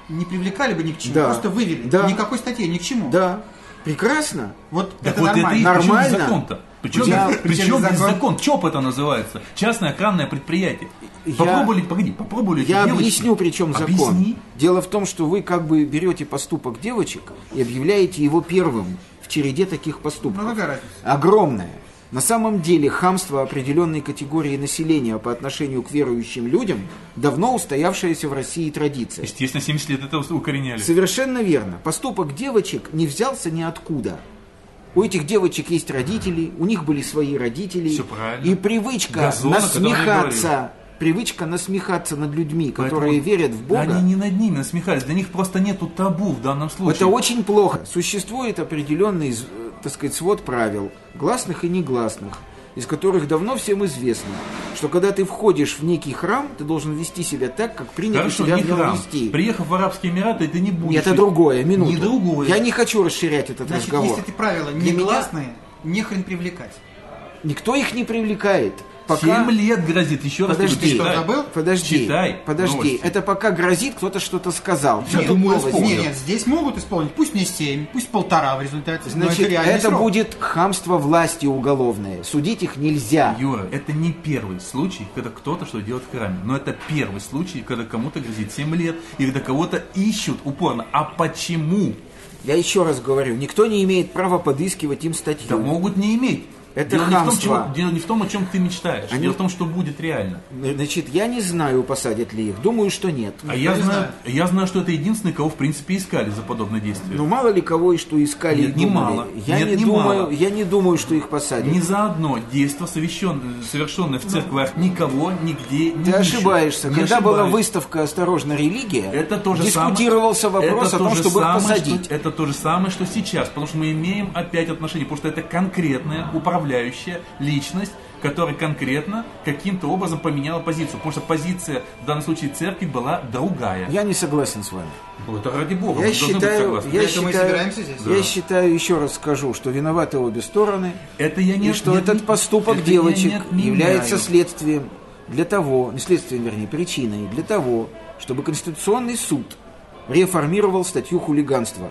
[SPEAKER 4] не привлекали бы ни к чему,
[SPEAKER 3] Да.
[SPEAKER 4] просто вывели.
[SPEAKER 3] Да.
[SPEAKER 4] Никакой статьи, ни к чему.
[SPEAKER 3] Да, прекрасно.
[SPEAKER 4] Вот
[SPEAKER 2] Так
[SPEAKER 4] это
[SPEAKER 2] вот это и
[SPEAKER 4] нормально.
[SPEAKER 2] причем
[SPEAKER 3] Нормально.
[SPEAKER 2] здесь закон-то? Причем,
[SPEAKER 3] Я-
[SPEAKER 2] здесь-
[SPEAKER 4] причем
[SPEAKER 2] причем
[SPEAKER 4] здесь
[SPEAKER 2] здесь
[SPEAKER 4] закон?
[SPEAKER 2] закон? ЧОП это называется. Частное охранное предприятие.
[SPEAKER 3] Я-
[SPEAKER 2] Попробовали, погоди, попробовали эти
[SPEAKER 3] Я
[SPEAKER 2] девочки?
[SPEAKER 3] объясню, при чем закон.
[SPEAKER 2] Объясни.
[SPEAKER 3] Дело в том, что вы как бы берете поступок девочек и объявляете его первым в череде таких поступков.
[SPEAKER 4] Ну, какая разница?
[SPEAKER 3] Огромная. На самом деле хамство определенной категории населения по отношению к верующим людям давно устоявшаяся в России традиция.
[SPEAKER 2] Естественно, 70 лет это укореняли.
[SPEAKER 3] Совершенно верно. Поступок девочек не взялся ниоткуда. У этих девочек есть родители, у них были свои родители.
[SPEAKER 2] Всё правильно.
[SPEAKER 3] И привычка
[SPEAKER 2] Газон, о котором я
[SPEAKER 3] насмехаться, привычка насмехаться над людьми,
[SPEAKER 2] Поэтому
[SPEAKER 3] которые верят в Бога.
[SPEAKER 2] Они не над ними насмехались, для них просто нету табу в данном случае.
[SPEAKER 3] Это очень плохо. Существует определенный, з- э, так сказать, свод правил, гласных и негласных, из которых давно всем известно, что когда ты входишь в некий храм, ты должен вести себя так, как принято
[SPEAKER 2] Хорошо,
[SPEAKER 3] себя
[SPEAKER 2] не
[SPEAKER 3] в нем
[SPEAKER 2] храм.
[SPEAKER 3] вести.
[SPEAKER 2] Приехав в Арабские Эмираты, ты не будешь...
[SPEAKER 3] Это другое, минуту.
[SPEAKER 2] Не другое.
[SPEAKER 3] Я не хочу расширять этот
[SPEAKER 4] Значит,
[SPEAKER 3] разговор.
[SPEAKER 4] если эти правила
[SPEAKER 3] Для меня-
[SPEAKER 4] негласные, не хрен привлекать.
[SPEAKER 3] Никто их не привлекает. Пока...
[SPEAKER 2] 7 лет грозит, еще раз
[SPEAKER 3] Подожди.
[SPEAKER 2] тебе
[SPEAKER 3] Ты что,
[SPEAKER 2] читай.
[SPEAKER 4] забыл?
[SPEAKER 3] Подожди,
[SPEAKER 2] Читай
[SPEAKER 3] подожди.
[SPEAKER 2] новости.
[SPEAKER 3] Это пока грозит, кто-то что-то сказал.
[SPEAKER 2] Я
[SPEAKER 3] Нет,
[SPEAKER 2] думаю,
[SPEAKER 3] новость.
[SPEAKER 2] исполнил.
[SPEAKER 4] Нет, нет, здесь могут исполнить, пусть не 7, пусть полтора в результате. но
[SPEAKER 3] Значит, это,
[SPEAKER 4] реальный срок.
[SPEAKER 3] будет хамство власти уголовное. Судить их нельзя.
[SPEAKER 2] Юра, это не первый случай, когда кто-то что делает в храме. Но это первый случай, когда кому-то грозит 7 лет, и когда кого-то ищут упорно. А почему?
[SPEAKER 3] Я еще раз говорю, никто не имеет права подыскивать им статью.
[SPEAKER 2] Да могут не иметь.
[SPEAKER 3] Это
[SPEAKER 2] дело, не в том,
[SPEAKER 3] хамство.
[SPEAKER 2] чего- дело не в том, о чем ты мечтаешь.
[SPEAKER 3] Они-
[SPEAKER 2] Дело в том, что будет реально.
[SPEAKER 3] Значит, я не знаю, посадят ли их. Думаю, что нет.
[SPEAKER 2] А я
[SPEAKER 4] не
[SPEAKER 2] знаю,
[SPEAKER 4] знает.
[SPEAKER 2] я знаю, что это единственный, кого в принципе искали за подобное действие.
[SPEAKER 3] Ну мало ли кого и что искали.
[SPEAKER 2] Нет,
[SPEAKER 3] и думали.
[SPEAKER 2] немало.
[SPEAKER 3] Я
[SPEAKER 2] Нет,
[SPEAKER 3] не
[SPEAKER 2] немало.
[SPEAKER 3] думаю, я не думаю, что их посадят.
[SPEAKER 2] Ни за одно действо, совещен- совершенное в церквях, никого нигде не
[SPEAKER 3] Ты
[SPEAKER 2] ищут.
[SPEAKER 3] ошибаешься.
[SPEAKER 2] Не
[SPEAKER 3] Когда была
[SPEAKER 2] ошибаюсь.
[SPEAKER 3] выставка «Осторожно, религия»,
[SPEAKER 2] Это то же самое-
[SPEAKER 3] дискутировался вопрос
[SPEAKER 2] это
[SPEAKER 3] о том,
[SPEAKER 2] то же
[SPEAKER 3] чтобы их
[SPEAKER 2] самое,
[SPEAKER 3] посадить.
[SPEAKER 2] что- это то же самое, что сейчас, потому что мы имеем опять отношение, потому что это конкретная управляющая личность, которая конкретно каким-то образом поменяла позицию, потому что позиция в данном случае церкви была другая.
[SPEAKER 3] Я не согласен с вами.
[SPEAKER 2] Ну, Это ради бога,
[SPEAKER 3] Я
[SPEAKER 2] мы должны быть
[SPEAKER 3] считаю,
[SPEAKER 2] согласны.
[SPEAKER 3] я
[SPEAKER 4] Поэтому мы
[SPEAKER 3] считаю,
[SPEAKER 4] собираемся здесь.
[SPEAKER 3] я
[SPEAKER 4] Да.
[SPEAKER 3] считаю, еще раз скажу, что виноваты обе стороны,
[SPEAKER 2] Это я не
[SPEAKER 3] и что
[SPEAKER 2] я не-
[SPEAKER 3] этот поступок
[SPEAKER 2] это я не
[SPEAKER 3] девочек
[SPEAKER 2] отменяю.
[SPEAKER 3] является следствием для того, не следствием, вернее, причиной для того, чтобы Конституционный суд реформировал статью хулиганства.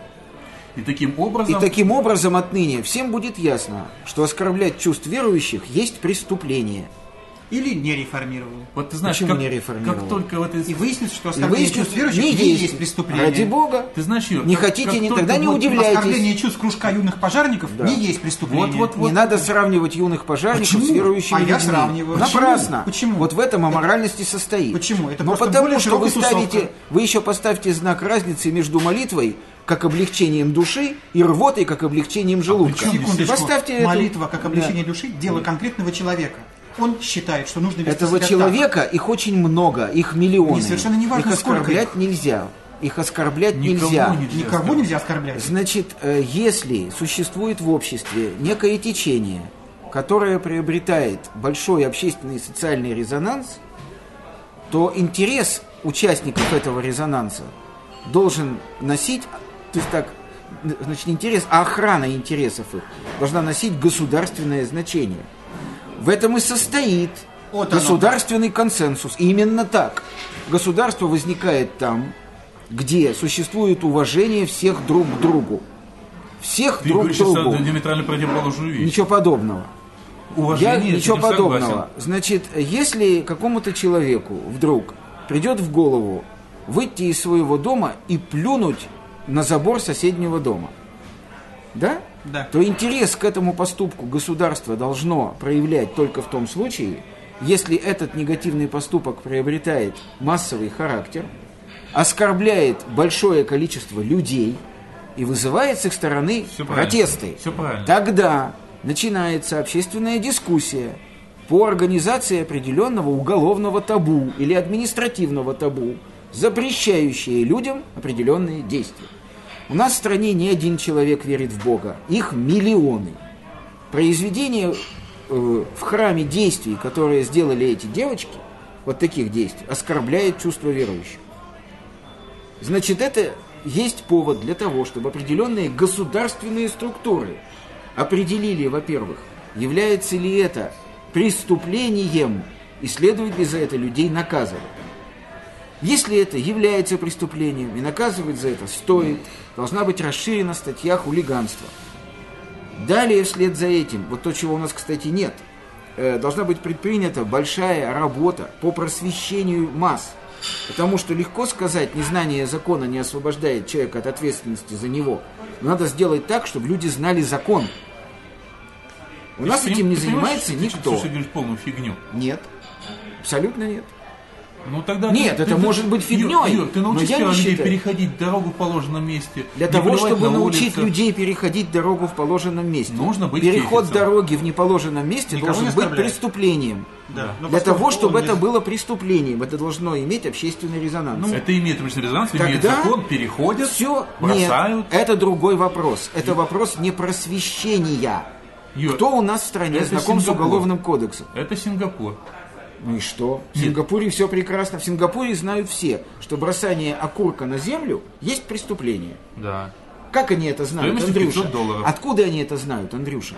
[SPEAKER 2] И таким
[SPEAKER 3] И
[SPEAKER 2] образом
[SPEAKER 3] таким образом отныне всем будет ясно, что оскорблять чувств верующих есть преступление.
[SPEAKER 4] или не реформировали.
[SPEAKER 2] Вот ты знаешь,
[SPEAKER 3] Почему
[SPEAKER 2] как,
[SPEAKER 3] не реформировал?
[SPEAKER 2] как только вот
[SPEAKER 4] И
[SPEAKER 2] это...
[SPEAKER 4] выяснится, что
[SPEAKER 3] И
[SPEAKER 4] оскорбление
[SPEAKER 3] выяснилось,
[SPEAKER 4] чувств верующих не есть, преступление.
[SPEAKER 3] Ради бога.
[SPEAKER 2] Ты знаешь, Юр,
[SPEAKER 3] Не
[SPEAKER 2] как-
[SPEAKER 3] хотите,
[SPEAKER 2] как
[SPEAKER 3] не
[SPEAKER 2] только
[SPEAKER 3] тогда не
[SPEAKER 2] вот-
[SPEAKER 3] удивляйтесь.
[SPEAKER 4] Оскорбление чувств кружка юных пожарников
[SPEAKER 3] Да.
[SPEAKER 4] не есть преступление.
[SPEAKER 2] Вот, вот,
[SPEAKER 3] Не надо сравнивать юных пожарников
[SPEAKER 4] Почему?
[SPEAKER 3] с верующими
[SPEAKER 4] А я
[SPEAKER 3] людьми.
[SPEAKER 4] сравниваю. Почему?
[SPEAKER 3] Напрасно.
[SPEAKER 4] Почему?
[SPEAKER 3] Вот в этом аморальность и состоит.
[SPEAKER 4] Почему? Это
[SPEAKER 3] Но
[SPEAKER 4] просто
[SPEAKER 3] потому,
[SPEAKER 4] более
[SPEAKER 3] что вы
[SPEAKER 4] широкая тусовка.
[SPEAKER 3] ставите, вы еще поставьте знак разницы между молитвой как облегчением души и рвотой как облегчением желудка.
[SPEAKER 2] причем здесь
[SPEAKER 4] Секундочку.
[SPEAKER 3] Поставьте эту-
[SPEAKER 4] Молитва как
[SPEAKER 3] Да.
[SPEAKER 4] облегчение души – дело конкретного человека. Он считает, что нужно вести
[SPEAKER 3] Этого
[SPEAKER 4] себя так.
[SPEAKER 3] человека их очень много, их миллионы.
[SPEAKER 4] Не, совершенно не важно,
[SPEAKER 3] их
[SPEAKER 4] сколько
[SPEAKER 3] оскорблять
[SPEAKER 4] их.
[SPEAKER 3] нельзя. Их оскорблять
[SPEAKER 2] Никого
[SPEAKER 3] нельзя.
[SPEAKER 2] нельзя.
[SPEAKER 4] Никого нельзя оскорблять.
[SPEAKER 3] Значит, э, если существует в обществе некое течение, которое приобретает большой общественный и социальный резонанс, то интерес участников этого резонанса должен носить, то есть так, н- значит, интерес, а охрана интересов их должна носить государственное значение. В этом и состоит
[SPEAKER 4] Вот оно.
[SPEAKER 3] государственный консенсус. И именно так. Государство возникает там, где существует уважение всех друг к другу. Всех
[SPEAKER 2] Ты
[SPEAKER 3] друг к
[SPEAKER 2] говоришь сейчас
[SPEAKER 3] другу.
[SPEAKER 2] диаметрально противоположную вещь.
[SPEAKER 3] Ничего подобного. Я
[SPEAKER 2] Уважение, с
[SPEAKER 3] ничего
[SPEAKER 2] этим согласен.
[SPEAKER 3] подобного. Значит, если какому-то человеку вдруг придет в голову выйти из своего дома и плюнуть на забор соседнего дома, да?
[SPEAKER 4] Да.
[SPEAKER 3] То интерес к этому поступку государство должно проявлять только в том случае, если этот негативный поступок приобретает массовый характер, оскорбляет большое количество людей и вызывает с их стороны
[SPEAKER 2] Всё правильно.
[SPEAKER 3] протесты.
[SPEAKER 2] Всё правильно.
[SPEAKER 3] Тогда начинается общественная дискуссия по организации определенного уголовного табу или административного табу, запрещающие людям определенные действия. У нас в стране не один человек верит в Бога, их миллионы. Произведение э, в храме действий, которые сделали эти девочки, вот таких действий, оскорбляет чувство верующих. Значит, это есть повод для того, чтобы определенные государственные структуры определили, во-первых, является ли это преступлением, и следует ли за это людей наказывать. Если это является преступлением и наказывать за это стоит, должна быть расширена статья хулиганства. Далее, вслед за этим, вот то, чего у нас, кстати, нет, э, должна быть предпринята большая работа по просвещению масс. Потому что легко сказать, незнание закона не освобождает человека от ответственности за него. Но надо сделать так, чтобы люди знали закон. У
[SPEAKER 2] Ты
[SPEAKER 3] нас
[SPEAKER 2] поним-
[SPEAKER 3] этим не
[SPEAKER 2] ты понимаешь,
[SPEAKER 3] занимается
[SPEAKER 2] что ты сейчас
[SPEAKER 3] никто.
[SPEAKER 2] слушай, говоришь полную фигню.
[SPEAKER 3] Нет. Абсолютно нет.
[SPEAKER 2] Ну тогда
[SPEAKER 3] Нет, это может быть фигнёй,
[SPEAKER 2] Юр, Юр, ты
[SPEAKER 3] но
[SPEAKER 2] научишь
[SPEAKER 3] я не
[SPEAKER 2] людей
[SPEAKER 3] считаю.
[SPEAKER 2] переходить дорогу в положенном месте.
[SPEAKER 3] Для
[SPEAKER 2] не
[SPEAKER 3] того,
[SPEAKER 2] плевать
[SPEAKER 3] чтобы
[SPEAKER 2] на
[SPEAKER 3] научить
[SPEAKER 2] улице.
[SPEAKER 3] людей переходить дорогу в положенном месте.
[SPEAKER 2] Нужно быть
[SPEAKER 3] Переход
[SPEAKER 2] хейфицем.
[SPEAKER 3] дороги в неположенном месте
[SPEAKER 4] Никого не
[SPEAKER 3] должен быть
[SPEAKER 4] оскорбляет.
[SPEAKER 3] преступлением.
[SPEAKER 4] Да. Но
[SPEAKER 3] Для
[SPEAKER 4] поскольку
[SPEAKER 3] того, чтобы
[SPEAKER 4] он
[SPEAKER 3] это
[SPEAKER 4] не-
[SPEAKER 3] было преступлением, это должно иметь общественный резонанс.
[SPEAKER 2] Ну, Это имеет обычный резонанс, имеет
[SPEAKER 3] Тогда
[SPEAKER 2] закон, переходят,
[SPEAKER 3] Все,
[SPEAKER 2] бросают.
[SPEAKER 3] нет, это другой вопрос. Это вопрос не просвещения.
[SPEAKER 2] Юр,
[SPEAKER 3] Кто у нас в стране
[SPEAKER 2] это
[SPEAKER 3] знаком с
[SPEAKER 2] Сингапур.
[SPEAKER 3] уголовным кодексом?
[SPEAKER 2] Это Сингапур.
[SPEAKER 3] Ну и что? В Сингапуре все прекрасно. В Сингапуре знают все, что бросание окурка на землю есть преступление.
[SPEAKER 2] Да.
[SPEAKER 3] Как они это знают,
[SPEAKER 2] Стоимостью
[SPEAKER 3] Андрюша?
[SPEAKER 2] 500 долларов.
[SPEAKER 3] Откуда они это знают, Андрюша?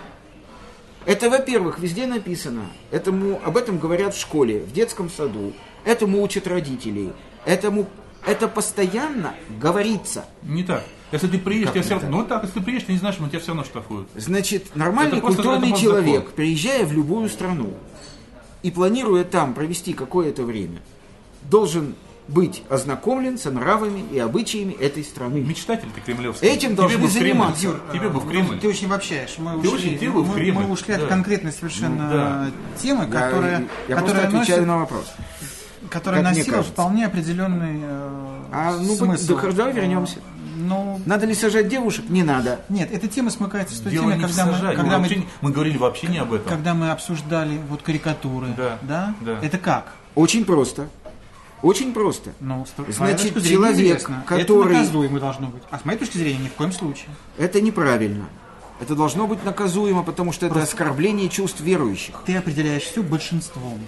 [SPEAKER 3] Это, во-первых, везде написано. Этому, об этом говорят в школе, в детском саду. Этому учат родителей. Этому, это постоянно говорится.
[SPEAKER 2] Не так. Если ты приедешь, тебя
[SPEAKER 3] Как не
[SPEAKER 2] все равно. Ну
[SPEAKER 3] так?
[SPEAKER 2] так, если ты приедешь, ты не знаешь, но тебя все равно штрафуют.
[SPEAKER 3] Значит, нормальный
[SPEAKER 2] Это просто- это
[SPEAKER 3] культурный
[SPEAKER 2] просто
[SPEAKER 3] человек,
[SPEAKER 2] закон.
[SPEAKER 3] приезжая в любую страну и планируя там провести какое-то время, должен быть ознакомлен со нравами и обычаями этой страны.
[SPEAKER 2] Мечтатель ты кремлевский.
[SPEAKER 3] Этим
[SPEAKER 2] Тебе
[SPEAKER 3] должны
[SPEAKER 2] бы в Кремль.
[SPEAKER 3] заниматься.
[SPEAKER 4] Юр,
[SPEAKER 2] Тебе бы в
[SPEAKER 4] э,
[SPEAKER 2] Кремль.
[SPEAKER 4] Ты очень обобщаешь. Мы
[SPEAKER 2] Ты
[SPEAKER 4] ушли,
[SPEAKER 2] очень- ты бы в
[SPEAKER 4] мы-
[SPEAKER 2] Кремль,
[SPEAKER 4] мы ушли
[SPEAKER 2] да.
[SPEAKER 4] от конкретной совершенно
[SPEAKER 2] Ну, да.
[SPEAKER 4] темы,
[SPEAKER 3] я
[SPEAKER 4] которая,
[SPEAKER 3] я просто
[SPEAKER 4] которая
[SPEAKER 3] отвечаю
[SPEAKER 4] носит,
[SPEAKER 3] на вопрос.
[SPEAKER 4] которая
[SPEAKER 3] как мне
[SPEAKER 4] носила
[SPEAKER 3] кажется.
[SPEAKER 4] вполне определенный э,
[SPEAKER 3] А, ну,
[SPEAKER 4] смысл.
[SPEAKER 3] да, давай вернемся.
[SPEAKER 4] Ну,
[SPEAKER 3] Надо ли сажать девушек? Не надо.
[SPEAKER 4] нет, эта тема смыкается с той
[SPEAKER 2] Дело
[SPEAKER 4] темой,
[SPEAKER 2] не в
[SPEAKER 4] когда, мы,
[SPEAKER 2] сажании.
[SPEAKER 4] когда,
[SPEAKER 2] мы,
[SPEAKER 4] мы,
[SPEAKER 2] вообще не- мы говорили вообще не об этом.
[SPEAKER 4] когда мы обсуждали вот карикатуры.
[SPEAKER 2] Да, да.
[SPEAKER 4] Это как?
[SPEAKER 3] Очень просто. Очень просто.
[SPEAKER 4] Ну, с- с моей
[SPEAKER 3] Значит,
[SPEAKER 4] точки зрения,
[SPEAKER 3] человек,
[SPEAKER 4] неизвестно.
[SPEAKER 3] который-
[SPEAKER 4] Это наказуемо должно быть. А с моей точки зрения, ни в коем случае.
[SPEAKER 3] Это неправильно. Это должно быть наказуемо, потому что это оскорбление чувств верующих.
[SPEAKER 4] Ты определяешь все большинством.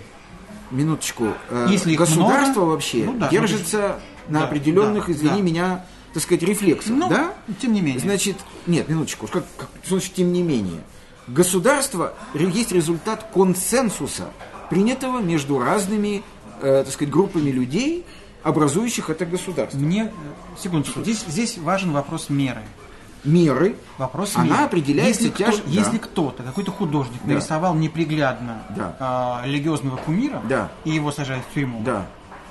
[SPEAKER 3] Минуточку. Э,
[SPEAKER 4] Если их
[SPEAKER 3] Государство
[SPEAKER 4] много,
[SPEAKER 3] вообще
[SPEAKER 4] ну да,
[SPEAKER 3] держится на
[SPEAKER 4] да,
[SPEAKER 3] определенных,
[SPEAKER 4] да,
[SPEAKER 3] извини
[SPEAKER 4] да.
[SPEAKER 3] меня, так сказать, рефлексах,
[SPEAKER 4] Ну,
[SPEAKER 3] да?
[SPEAKER 4] тем не менее.
[SPEAKER 3] Значит, нет, минуточку. Как, как- что значит, тем не менее? Государство ре- есть результат консенсуса, принятого между разными, э, так сказать, группами людей, образующих это государство.
[SPEAKER 4] Мне, э, секундочку, здесь, здесь важен вопрос меры.
[SPEAKER 3] меры,
[SPEAKER 4] Вопрос
[SPEAKER 3] она
[SPEAKER 4] меры.
[SPEAKER 3] определяется
[SPEAKER 4] если кто-
[SPEAKER 3] тяж- да.
[SPEAKER 4] если кто-то, какой-то художник
[SPEAKER 3] Да.
[SPEAKER 4] нарисовал неприглядно
[SPEAKER 3] Да.
[SPEAKER 4] а, религиозного кумира
[SPEAKER 3] Да.
[SPEAKER 4] и его сажают в тюрьму,
[SPEAKER 3] да,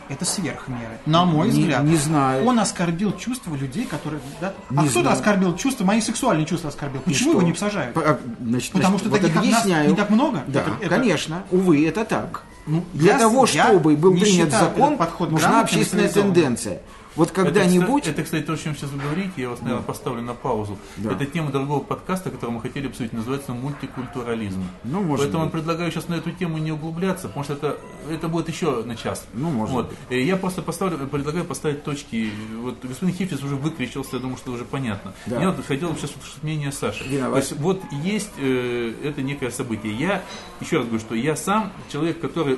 [SPEAKER 4] это сверхмеры. На мой
[SPEAKER 3] Не-
[SPEAKER 4] взгляд.
[SPEAKER 3] не знаю.
[SPEAKER 4] Он оскорбил чувства людей, которые... да?
[SPEAKER 3] Не
[SPEAKER 4] а кто-то
[SPEAKER 3] знаю.
[SPEAKER 4] оскорбил чувства, мои сексуальные чувства оскорбил.
[SPEAKER 3] И
[SPEAKER 4] Почему
[SPEAKER 3] что?
[SPEAKER 4] его не сажают?
[SPEAKER 3] П- а, значит,
[SPEAKER 4] Потому
[SPEAKER 3] значит,
[SPEAKER 4] что
[SPEAKER 3] вот
[SPEAKER 4] таких, как нас,
[SPEAKER 3] объясняю.
[SPEAKER 4] не так много?
[SPEAKER 3] Да,
[SPEAKER 4] Это- это-
[SPEAKER 3] конечно. Увы, это так.
[SPEAKER 4] Ну,
[SPEAKER 3] Для
[SPEAKER 4] я-
[SPEAKER 3] того,
[SPEAKER 4] я
[SPEAKER 3] чтобы был
[SPEAKER 4] не
[SPEAKER 3] принят
[SPEAKER 4] считаю
[SPEAKER 3] закон,
[SPEAKER 4] этот подход
[SPEAKER 3] нужна
[SPEAKER 4] грамотным и
[SPEAKER 3] общественная
[SPEAKER 4] цивилизованным.
[SPEAKER 3] тенденция. Вот когда-нибудь...
[SPEAKER 2] Это, кстати, то, о чем сейчас вы говорите, я вас, наверное, поставлю на паузу.
[SPEAKER 3] Да.
[SPEAKER 2] Это тема другого подкаста, который мы хотели обсудить, называется мультикультурализм.
[SPEAKER 3] Ну, может
[SPEAKER 2] Поэтому
[SPEAKER 3] быть.
[SPEAKER 2] я предлагаю сейчас на эту тему не углубляться, потому что это, это будет еще на час.
[SPEAKER 3] Ну, может
[SPEAKER 2] вот. И Я просто поставлю, предлагаю поставить точки. Вот господин Хифис уже выкричился, я думаю, что уже понятно.
[SPEAKER 3] Да.
[SPEAKER 2] Я вот хотел бы сейчас услышать мнение Саши.
[SPEAKER 3] Виноват.
[SPEAKER 2] То есть вот есть э, это некое событие. Я, еще раз говорю, что я сам человек, который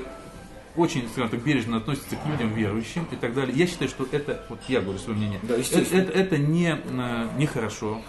[SPEAKER 2] очень, скажем так, бережно относится к людям верующим и так далее. Я считаю, что это, вот я говорю свое мнение,
[SPEAKER 3] Да,
[SPEAKER 2] это,
[SPEAKER 3] естественно.
[SPEAKER 2] это, это не, э, нехорошо.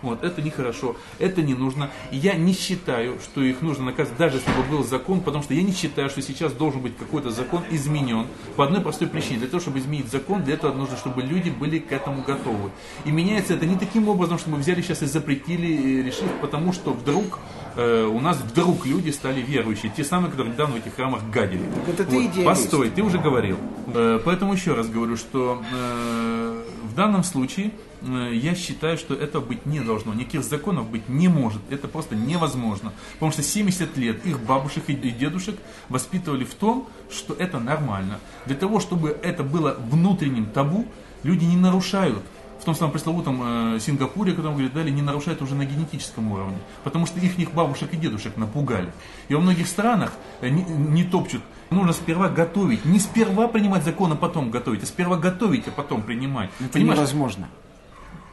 [SPEAKER 2] Вот, это нехорошо, это не нужно. И Я не считаю, что их нужно наказывать, даже если бы был закон, потому что я не считаю, что сейчас должен быть какой-то закон изменен. По одной простой причине. Для того, чтобы изменить закон, для этого нужно, чтобы люди были к этому готовы. И меняется это не таким образом, что мы взяли сейчас и запретили, э, решив, потому что вдруг э, у нас вдруг люди стали верующие. Те самые, которые недавно в этих храмах гадили.
[SPEAKER 3] это ты идеалист.
[SPEAKER 2] Постой, ты уже говорил. Э, Поэтому еще раз говорю, что э, в данном случае э, я считаю, что это быть не должно. Никаких законов быть не может. Это просто невозможно. Потому что 70 лет их бабушек и и дедушек воспитывали в том, что это нормально. Для того, чтобы это было внутренним табу, люди не нарушают в том самом пресловутом э, Сингапуре, о котором говорили далее, не нарушают уже на генетическом уровне. Потому что их бабушек и дедушек напугали. И во многих странах э, не, не топчут. Нужно сперва готовить. Не сперва принимать закон, а потом готовить. А сперва готовить, а потом принимать.
[SPEAKER 3] Это
[SPEAKER 2] Понимаешь,
[SPEAKER 3] невозможно.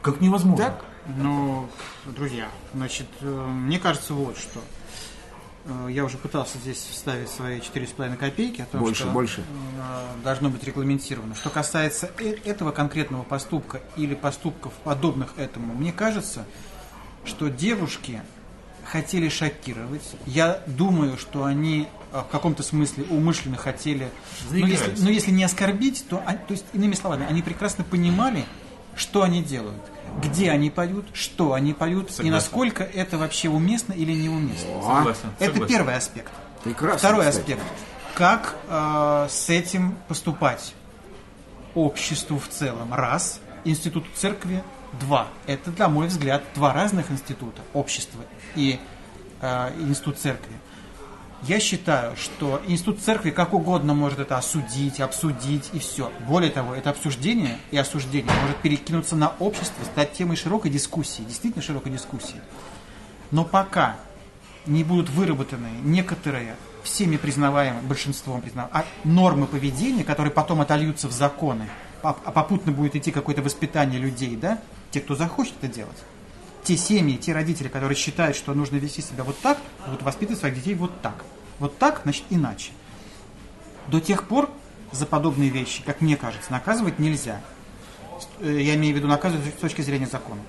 [SPEAKER 2] как невозможно.
[SPEAKER 3] Так?
[SPEAKER 4] Ну, друзья, значит, э, мне кажется вот что. Э, Я уже пытался здесь вставить свои 4,5 копейки о том,
[SPEAKER 3] Больше,
[SPEAKER 4] что
[SPEAKER 3] больше.
[SPEAKER 4] э, должно быть регламентировано. Что касается э- этого конкретного поступка или поступков, подобных этому, мне кажется, что девушки хотели шокировать. Я думаю, что они э, в каком-то смысле умышленно хотели... Ну если,
[SPEAKER 2] Заигрались.
[SPEAKER 4] ну, если не оскорбить, то, они- то есть, иными словами, они прекрасно понимали, что они делают, где они поют, что они поют, и
[SPEAKER 2] Согласен.
[SPEAKER 4] насколько это вообще уместно или неуместно.
[SPEAKER 2] Согласен.
[SPEAKER 4] Это
[SPEAKER 2] согласен.
[SPEAKER 4] первый аспект.
[SPEAKER 3] А? Прекрасно,
[SPEAKER 4] Второй
[SPEAKER 3] кстати.
[SPEAKER 4] аспект. Как э, с этим поступать? Обществу в целом раз, институту церкви два. Это, на мой взгляд, два разных института. Общество и э, институт церкви. Я считаю, что институт церкви как угодно может это осудить, обсудить и все. Более того, это обсуждение и осуждение может перекинуться на общество, стать темой широкой дискуссии, действительно широкой дискуссии. Но пока не будут выработаны некоторые всеми признаваемые, большинством признаваемые, а нормы поведения, которые потом отольются в законы, а а попутно будет идти какое-то воспитание людей, да, те, кто захочет это делать. Те семьи, те родители, которые считают, что нужно вести себя вот так, будут воспитывать своих детей вот так. Вот так, значит, иначе. До тех пор за подобные вещи, как мне кажется, наказывать нельзя. С- э, Я имею в виду наказывать с точки зрения закона.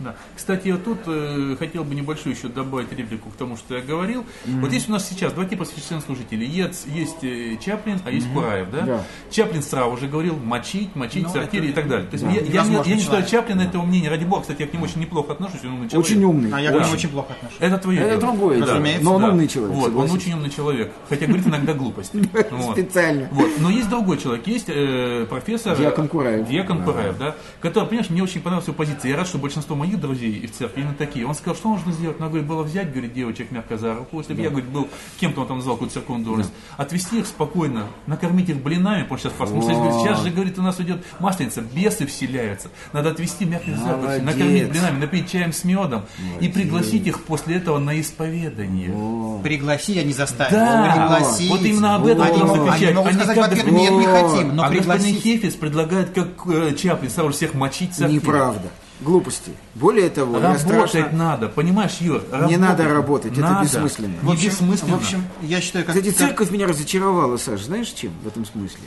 [SPEAKER 2] Да. Кстати, я тут э, хотел бы небольшую еще добавить реплику к тому, что я говорил. Вот здесь у нас сейчас два типа священнослужителей. Есть, есть э, Чаплин, а есть Кураев, да?
[SPEAKER 3] Да.
[SPEAKER 2] Чаплин сразу же говорил мочить, мочить,
[SPEAKER 4] Ну,
[SPEAKER 2] сортири и
[SPEAKER 4] это-
[SPEAKER 2] так далее. То есть
[SPEAKER 4] да.
[SPEAKER 2] я, я не- я не,
[SPEAKER 4] Невозможный
[SPEAKER 2] считаю
[SPEAKER 4] человек.
[SPEAKER 2] Чаплина этого мнения. Ради бога, кстати, я к нему очень неплохо отношусь, он умный человек.
[SPEAKER 3] Очень умный.
[SPEAKER 4] А я к
[SPEAKER 2] Да.
[SPEAKER 4] нему очень плохо отношусь.
[SPEAKER 2] Это твое
[SPEAKER 3] Это
[SPEAKER 2] дело.
[SPEAKER 3] другое
[SPEAKER 2] Да.
[SPEAKER 3] дело.
[SPEAKER 4] Разумеется,
[SPEAKER 3] Но он
[SPEAKER 2] Да.
[SPEAKER 3] умный человек,
[SPEAKER 2] Вот, он
[SPEAKER 3] согласен.
[SPEAKER 2] очень умный человек, хотя говорит иногда глупости. Вот.
[SPEAKER 3] Специально.
[SPEAKER 2] Вот. Но есть другой человек, есть э, профессор...
[SPEAKER 3] Дьякон Кураев.
[SPEAKER 2] Дьякон Кураев, да. Который, понимаешь, мне очень понравилась его позиция. Я рад, что большинство моих друзей и в церкви именно такие. Он сказал, что нужно сделать? Ну, говорит, было взять, говорит, девочек мягко за руку. Если бы я, говорит, был кем-то, он там назвал какую-то церковную должность. Отвести их спокойно, накормить их блинами, потому что сейчас проснулся. Говорит, сейчас же, говорит, у нас идет масленица, бесы вселяются. Надо отвести мягко за руку,
[SPEAKER 3] Молодец.
[SPEAKER 2] накормить блинами, напить чаем с медом и пригласить их после этого на исповедание.
[SPEAKER 4] Пригласи, я а не заставил.
[SPEAKER 2] Да,
[SPEAKER 4] пригласить.
[SPEAKER 2] вот именно об этом
[SPEAKER 4] они,
[SPEAKER 2] я
[SPEAKER 4] могут-
[SPEAKER 2] отвечаю.
[SPEAKER 4] они могут
[SPEAKER 2] Они
[SPEAKER 4] сказать
[SPEAKER 2] как
[SPEAKER 4] в ответ,
[SPEAKER 2] бы-
[SPEAKER 4] нет, не хотим, но
[SPEAKER 2] а господин
[SPEAKER 4] пригласить.
[SPEAKER 2] Хефис предлагает, как э, Чаплин, сразу же всех мочить сортир.
[SPEAKER 3] Неправда. Глупости. Более того, я страшно...
[SPEAKER 2] Работать надо, понимаешь, Юр? работать
[SPEAKER 3] надо работать, это
[SPEAKER 2] надо.
[SPEAKER 3] бессмысленно.
[SPEAKER 2] Не бессмысленно.
[SPEAKER 4] В общем, я считаю, как...
[SPEAKER 3] А Кстати,
[SPEAKER 4] как-
[SPEAKER 3] церковь меня разочаровала, Саш, знаешь чем в этом смысле?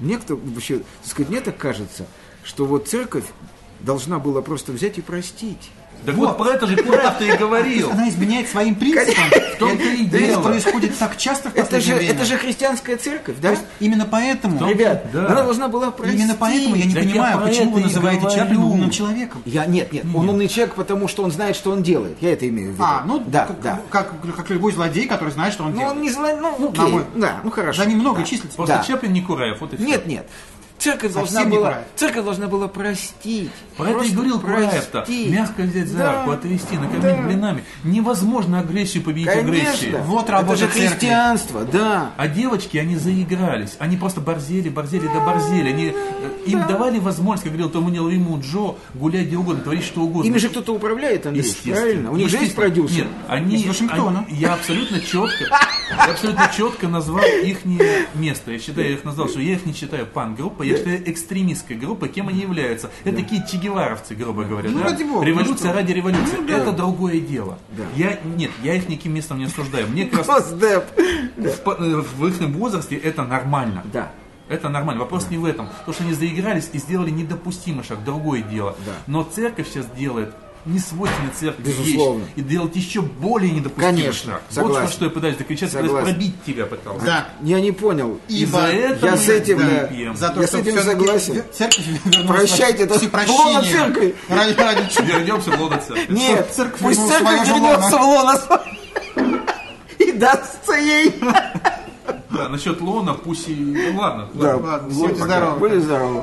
[SPEAKER 3] Мне кто вообще, так сказать, мне так кажется, что вот церковь должна была просто взять и простить.
[SPEAKER 2] Так вот, про это же Кураков-то и говорил.
[SPEAKER 4] Она изменяет своим принципам. В
[SPEAKER 2] том-то и дело.
[SPEAKER 4] Это происходит так часто в
[SPEAKER 3] Это же,
[SPEAKER 4] последнее время.
[SPEAKER 3] это же христианская церковь, да?
[SPEAKER 4] Именно поэтому...
[SPEAKER 3] Ребят,
[SPEAKER 2] да.
[SPEAKER 3] она должна была простить.
[SPEAKER 4] Именно поэтому я не
[SPEAKER 2] Так я
[SPEAKER 4] понимаю,
[SPEAKER 2] про
[SPEAKER 4] почему
[SPEAKER 2] это
[SPEAKER 4] вы
[SPEAKER 2] и
[SPEAKER 4] называете
[SPEAKER 2] говорю.
[SPEAKER 4] Чаплина умным человеком.
[SPEAKER 3] Я, нет, нет, он умный человек, потому что он знает, что он делает. Я это имею в виду.
[SPEAKER 4] А, ну
[SPEAKER 3] да,
[SPEAKER 4] как,
[SPEAKER 3] да.
[SPEAKER 4] Как, как любой злодей, который знает, что он
[SPEAKER 3] Ну,
[SPEAKER 4] делает.
[SPEAKER 3] он не злой, ну,
[SPEAKER 4] на
[SPEAKER 3] окей,
[SPEAKER 4] мой-
[SPEAKER 3] да, ну хорошо.
[SPEAKER 4] За ним много
[SPEAKER 3] да.
[SPEAKER 4] числится.
[SPEAKER 2] Просто
[SPEAKER 3] Да.
[SPEAKER 2] Чаплин не Кураев, вот и все.
[SPEAKER 3] Нет, нет. Церковь должна,
[SPEAKER 4] Совсем не
[SPEAKER 3] была,
[SPEAKER 4] прав.
[SPEAKER 3] церковь должна была простить.
[SPEAKER 2] Про это и
[SPEAKER 3] Просто
[SPEAKER 2] говорил Кураев-то.
[SPEAKER 3] простить.
[SPEAKER 2] Мягко взять за
[SPEAKER 3] Да.
[SPEAKER 4] а
[SPEAKER 2] руку, отвести, накормить
[SPEAKER 3] Да.
[SPEAKER 2] блинами. Невозможно агрессию победить агрессией.
[SPEAKER 3] Конечно.
[SPEAKER 4] Вот
[SPEAKER 3] это
[SPEAKER 4] работа
[SPEAKER 3] же
[SPEAKER 4] церкви.
[SPEAKER 3] христианство, да.
[SPEAKER 2] А девочки, они заигрались. Они просто борзели, борзели, да борзели. Они, э, им давали возможность, как говорил тому ему Джо, гулять где угодно, творить что угодно.
[SPEAKER 3] Ими же кто-то управляет, Андрей,
[SPEAKER 2] Естественно.
[SPEAKER 3] правильно? У
[SPEAKER 4] Ну,
[SPEAKER 3] них же есть
[SPEAKER 2] Естественно.
[SPEAKER 3] продюсер.
[SPEAKER 2] Нет, они...
[SPEAKER 4] Из Вашингтона.
[SPEAKER 2] они- я абсолютно четко... Я абсолютно четко назвал их место. Я считаю, я их назвал, что я их не считаю пан-группой, я считаю экстремистской группой, кем они являются. Это такие чегеваровцы, грубо говоря. да?
[SPEAKER 4] ради бога, ну
[SPEAKER 2] Революция
[SPEAKER 4] что?
[SPEAKER 2] ради революции. Это другое дело. Я... Нет, я их никаким местом не осуждаю. Мне как раз
[SPEAKER 3] Госдеп.
[SPEAKER 2] в, по- э, в их возрасте это нормально.
[SPEAKER 3] Да.
[SPEAKER 2] Это нормально. Вопрос не в этом. То, что они заигрались и сделали недопустимый шаг, другое дело.
[SPEAKER 3] Да.
[SPEAKER 2] Но церковь сейчас делает не свойственной церкви
[SPEAKER 3] Безусловно.
[SPEAKER 2] вещь. И делает еще более недопустимый
[SPEAKER 3] Конечно.
[SPEAKER 2] шаг. Вот
[SPEAKER 3] Согласен.
[SPEAKER 2] что, что я пытаюсь докричать, я пытаюсь
[SPEAKER 3] Согласен.
[SPEAKER 2] пробить тебя пытался.
[SPEAKER 4] Да.
[SPEAKER 3] Я не понял.
[SPEAKER 4] И
[SPEAKER 2] Из-за
[SPEAKER 4] Я
[SPEAKER 2] этого
[SPEAKER 3] с этим, да.
[SPEAKER 2] пьем.
[SPEAKER 4] За то,
[SPEAKER 3] Я
[SPEAKER 4] что
[SPEAKER 3] с этим
[SPEAKER 4] всё-таки
[SPEAKER 3] согласен.
[SPEAKER 4] Церковь вернулась
[SPEAKER 3] Прощайте,
[SPEAKER 4] во
[SPEAKER 3] это
[SPEAKER 4] всепрощение.
[SPEAKER 3] лоно церкви.
[SPEAKER 4] Ради, ради чего?
[SPEAKER 2] Вернемся в лоно церкви.
[SPEAKER 3] Нет,
[SPEAKER 4] церковь
[SPEAKER 3] пусть
[SPEAKER 4] вернула
[SPEAKER 3] церковь
[SPEAKER 4] свое
[SPEAKER 3] вернется в лоно свое. и дастся ей.
[SPEAKER 2] Да, насчет лона, пусть и... ну, ладно.
[SPEAKER 3] Да,
[SPEAKER 2] ладно.
[SPEAKER 4] Ладно,
[SPEAKER 3] вот
[SPEAKER 4] будьте
[SPEAKER 3] пока.
[SPEAKER 4] здоровы.
[SPEAKER 3] Будьте здоровы.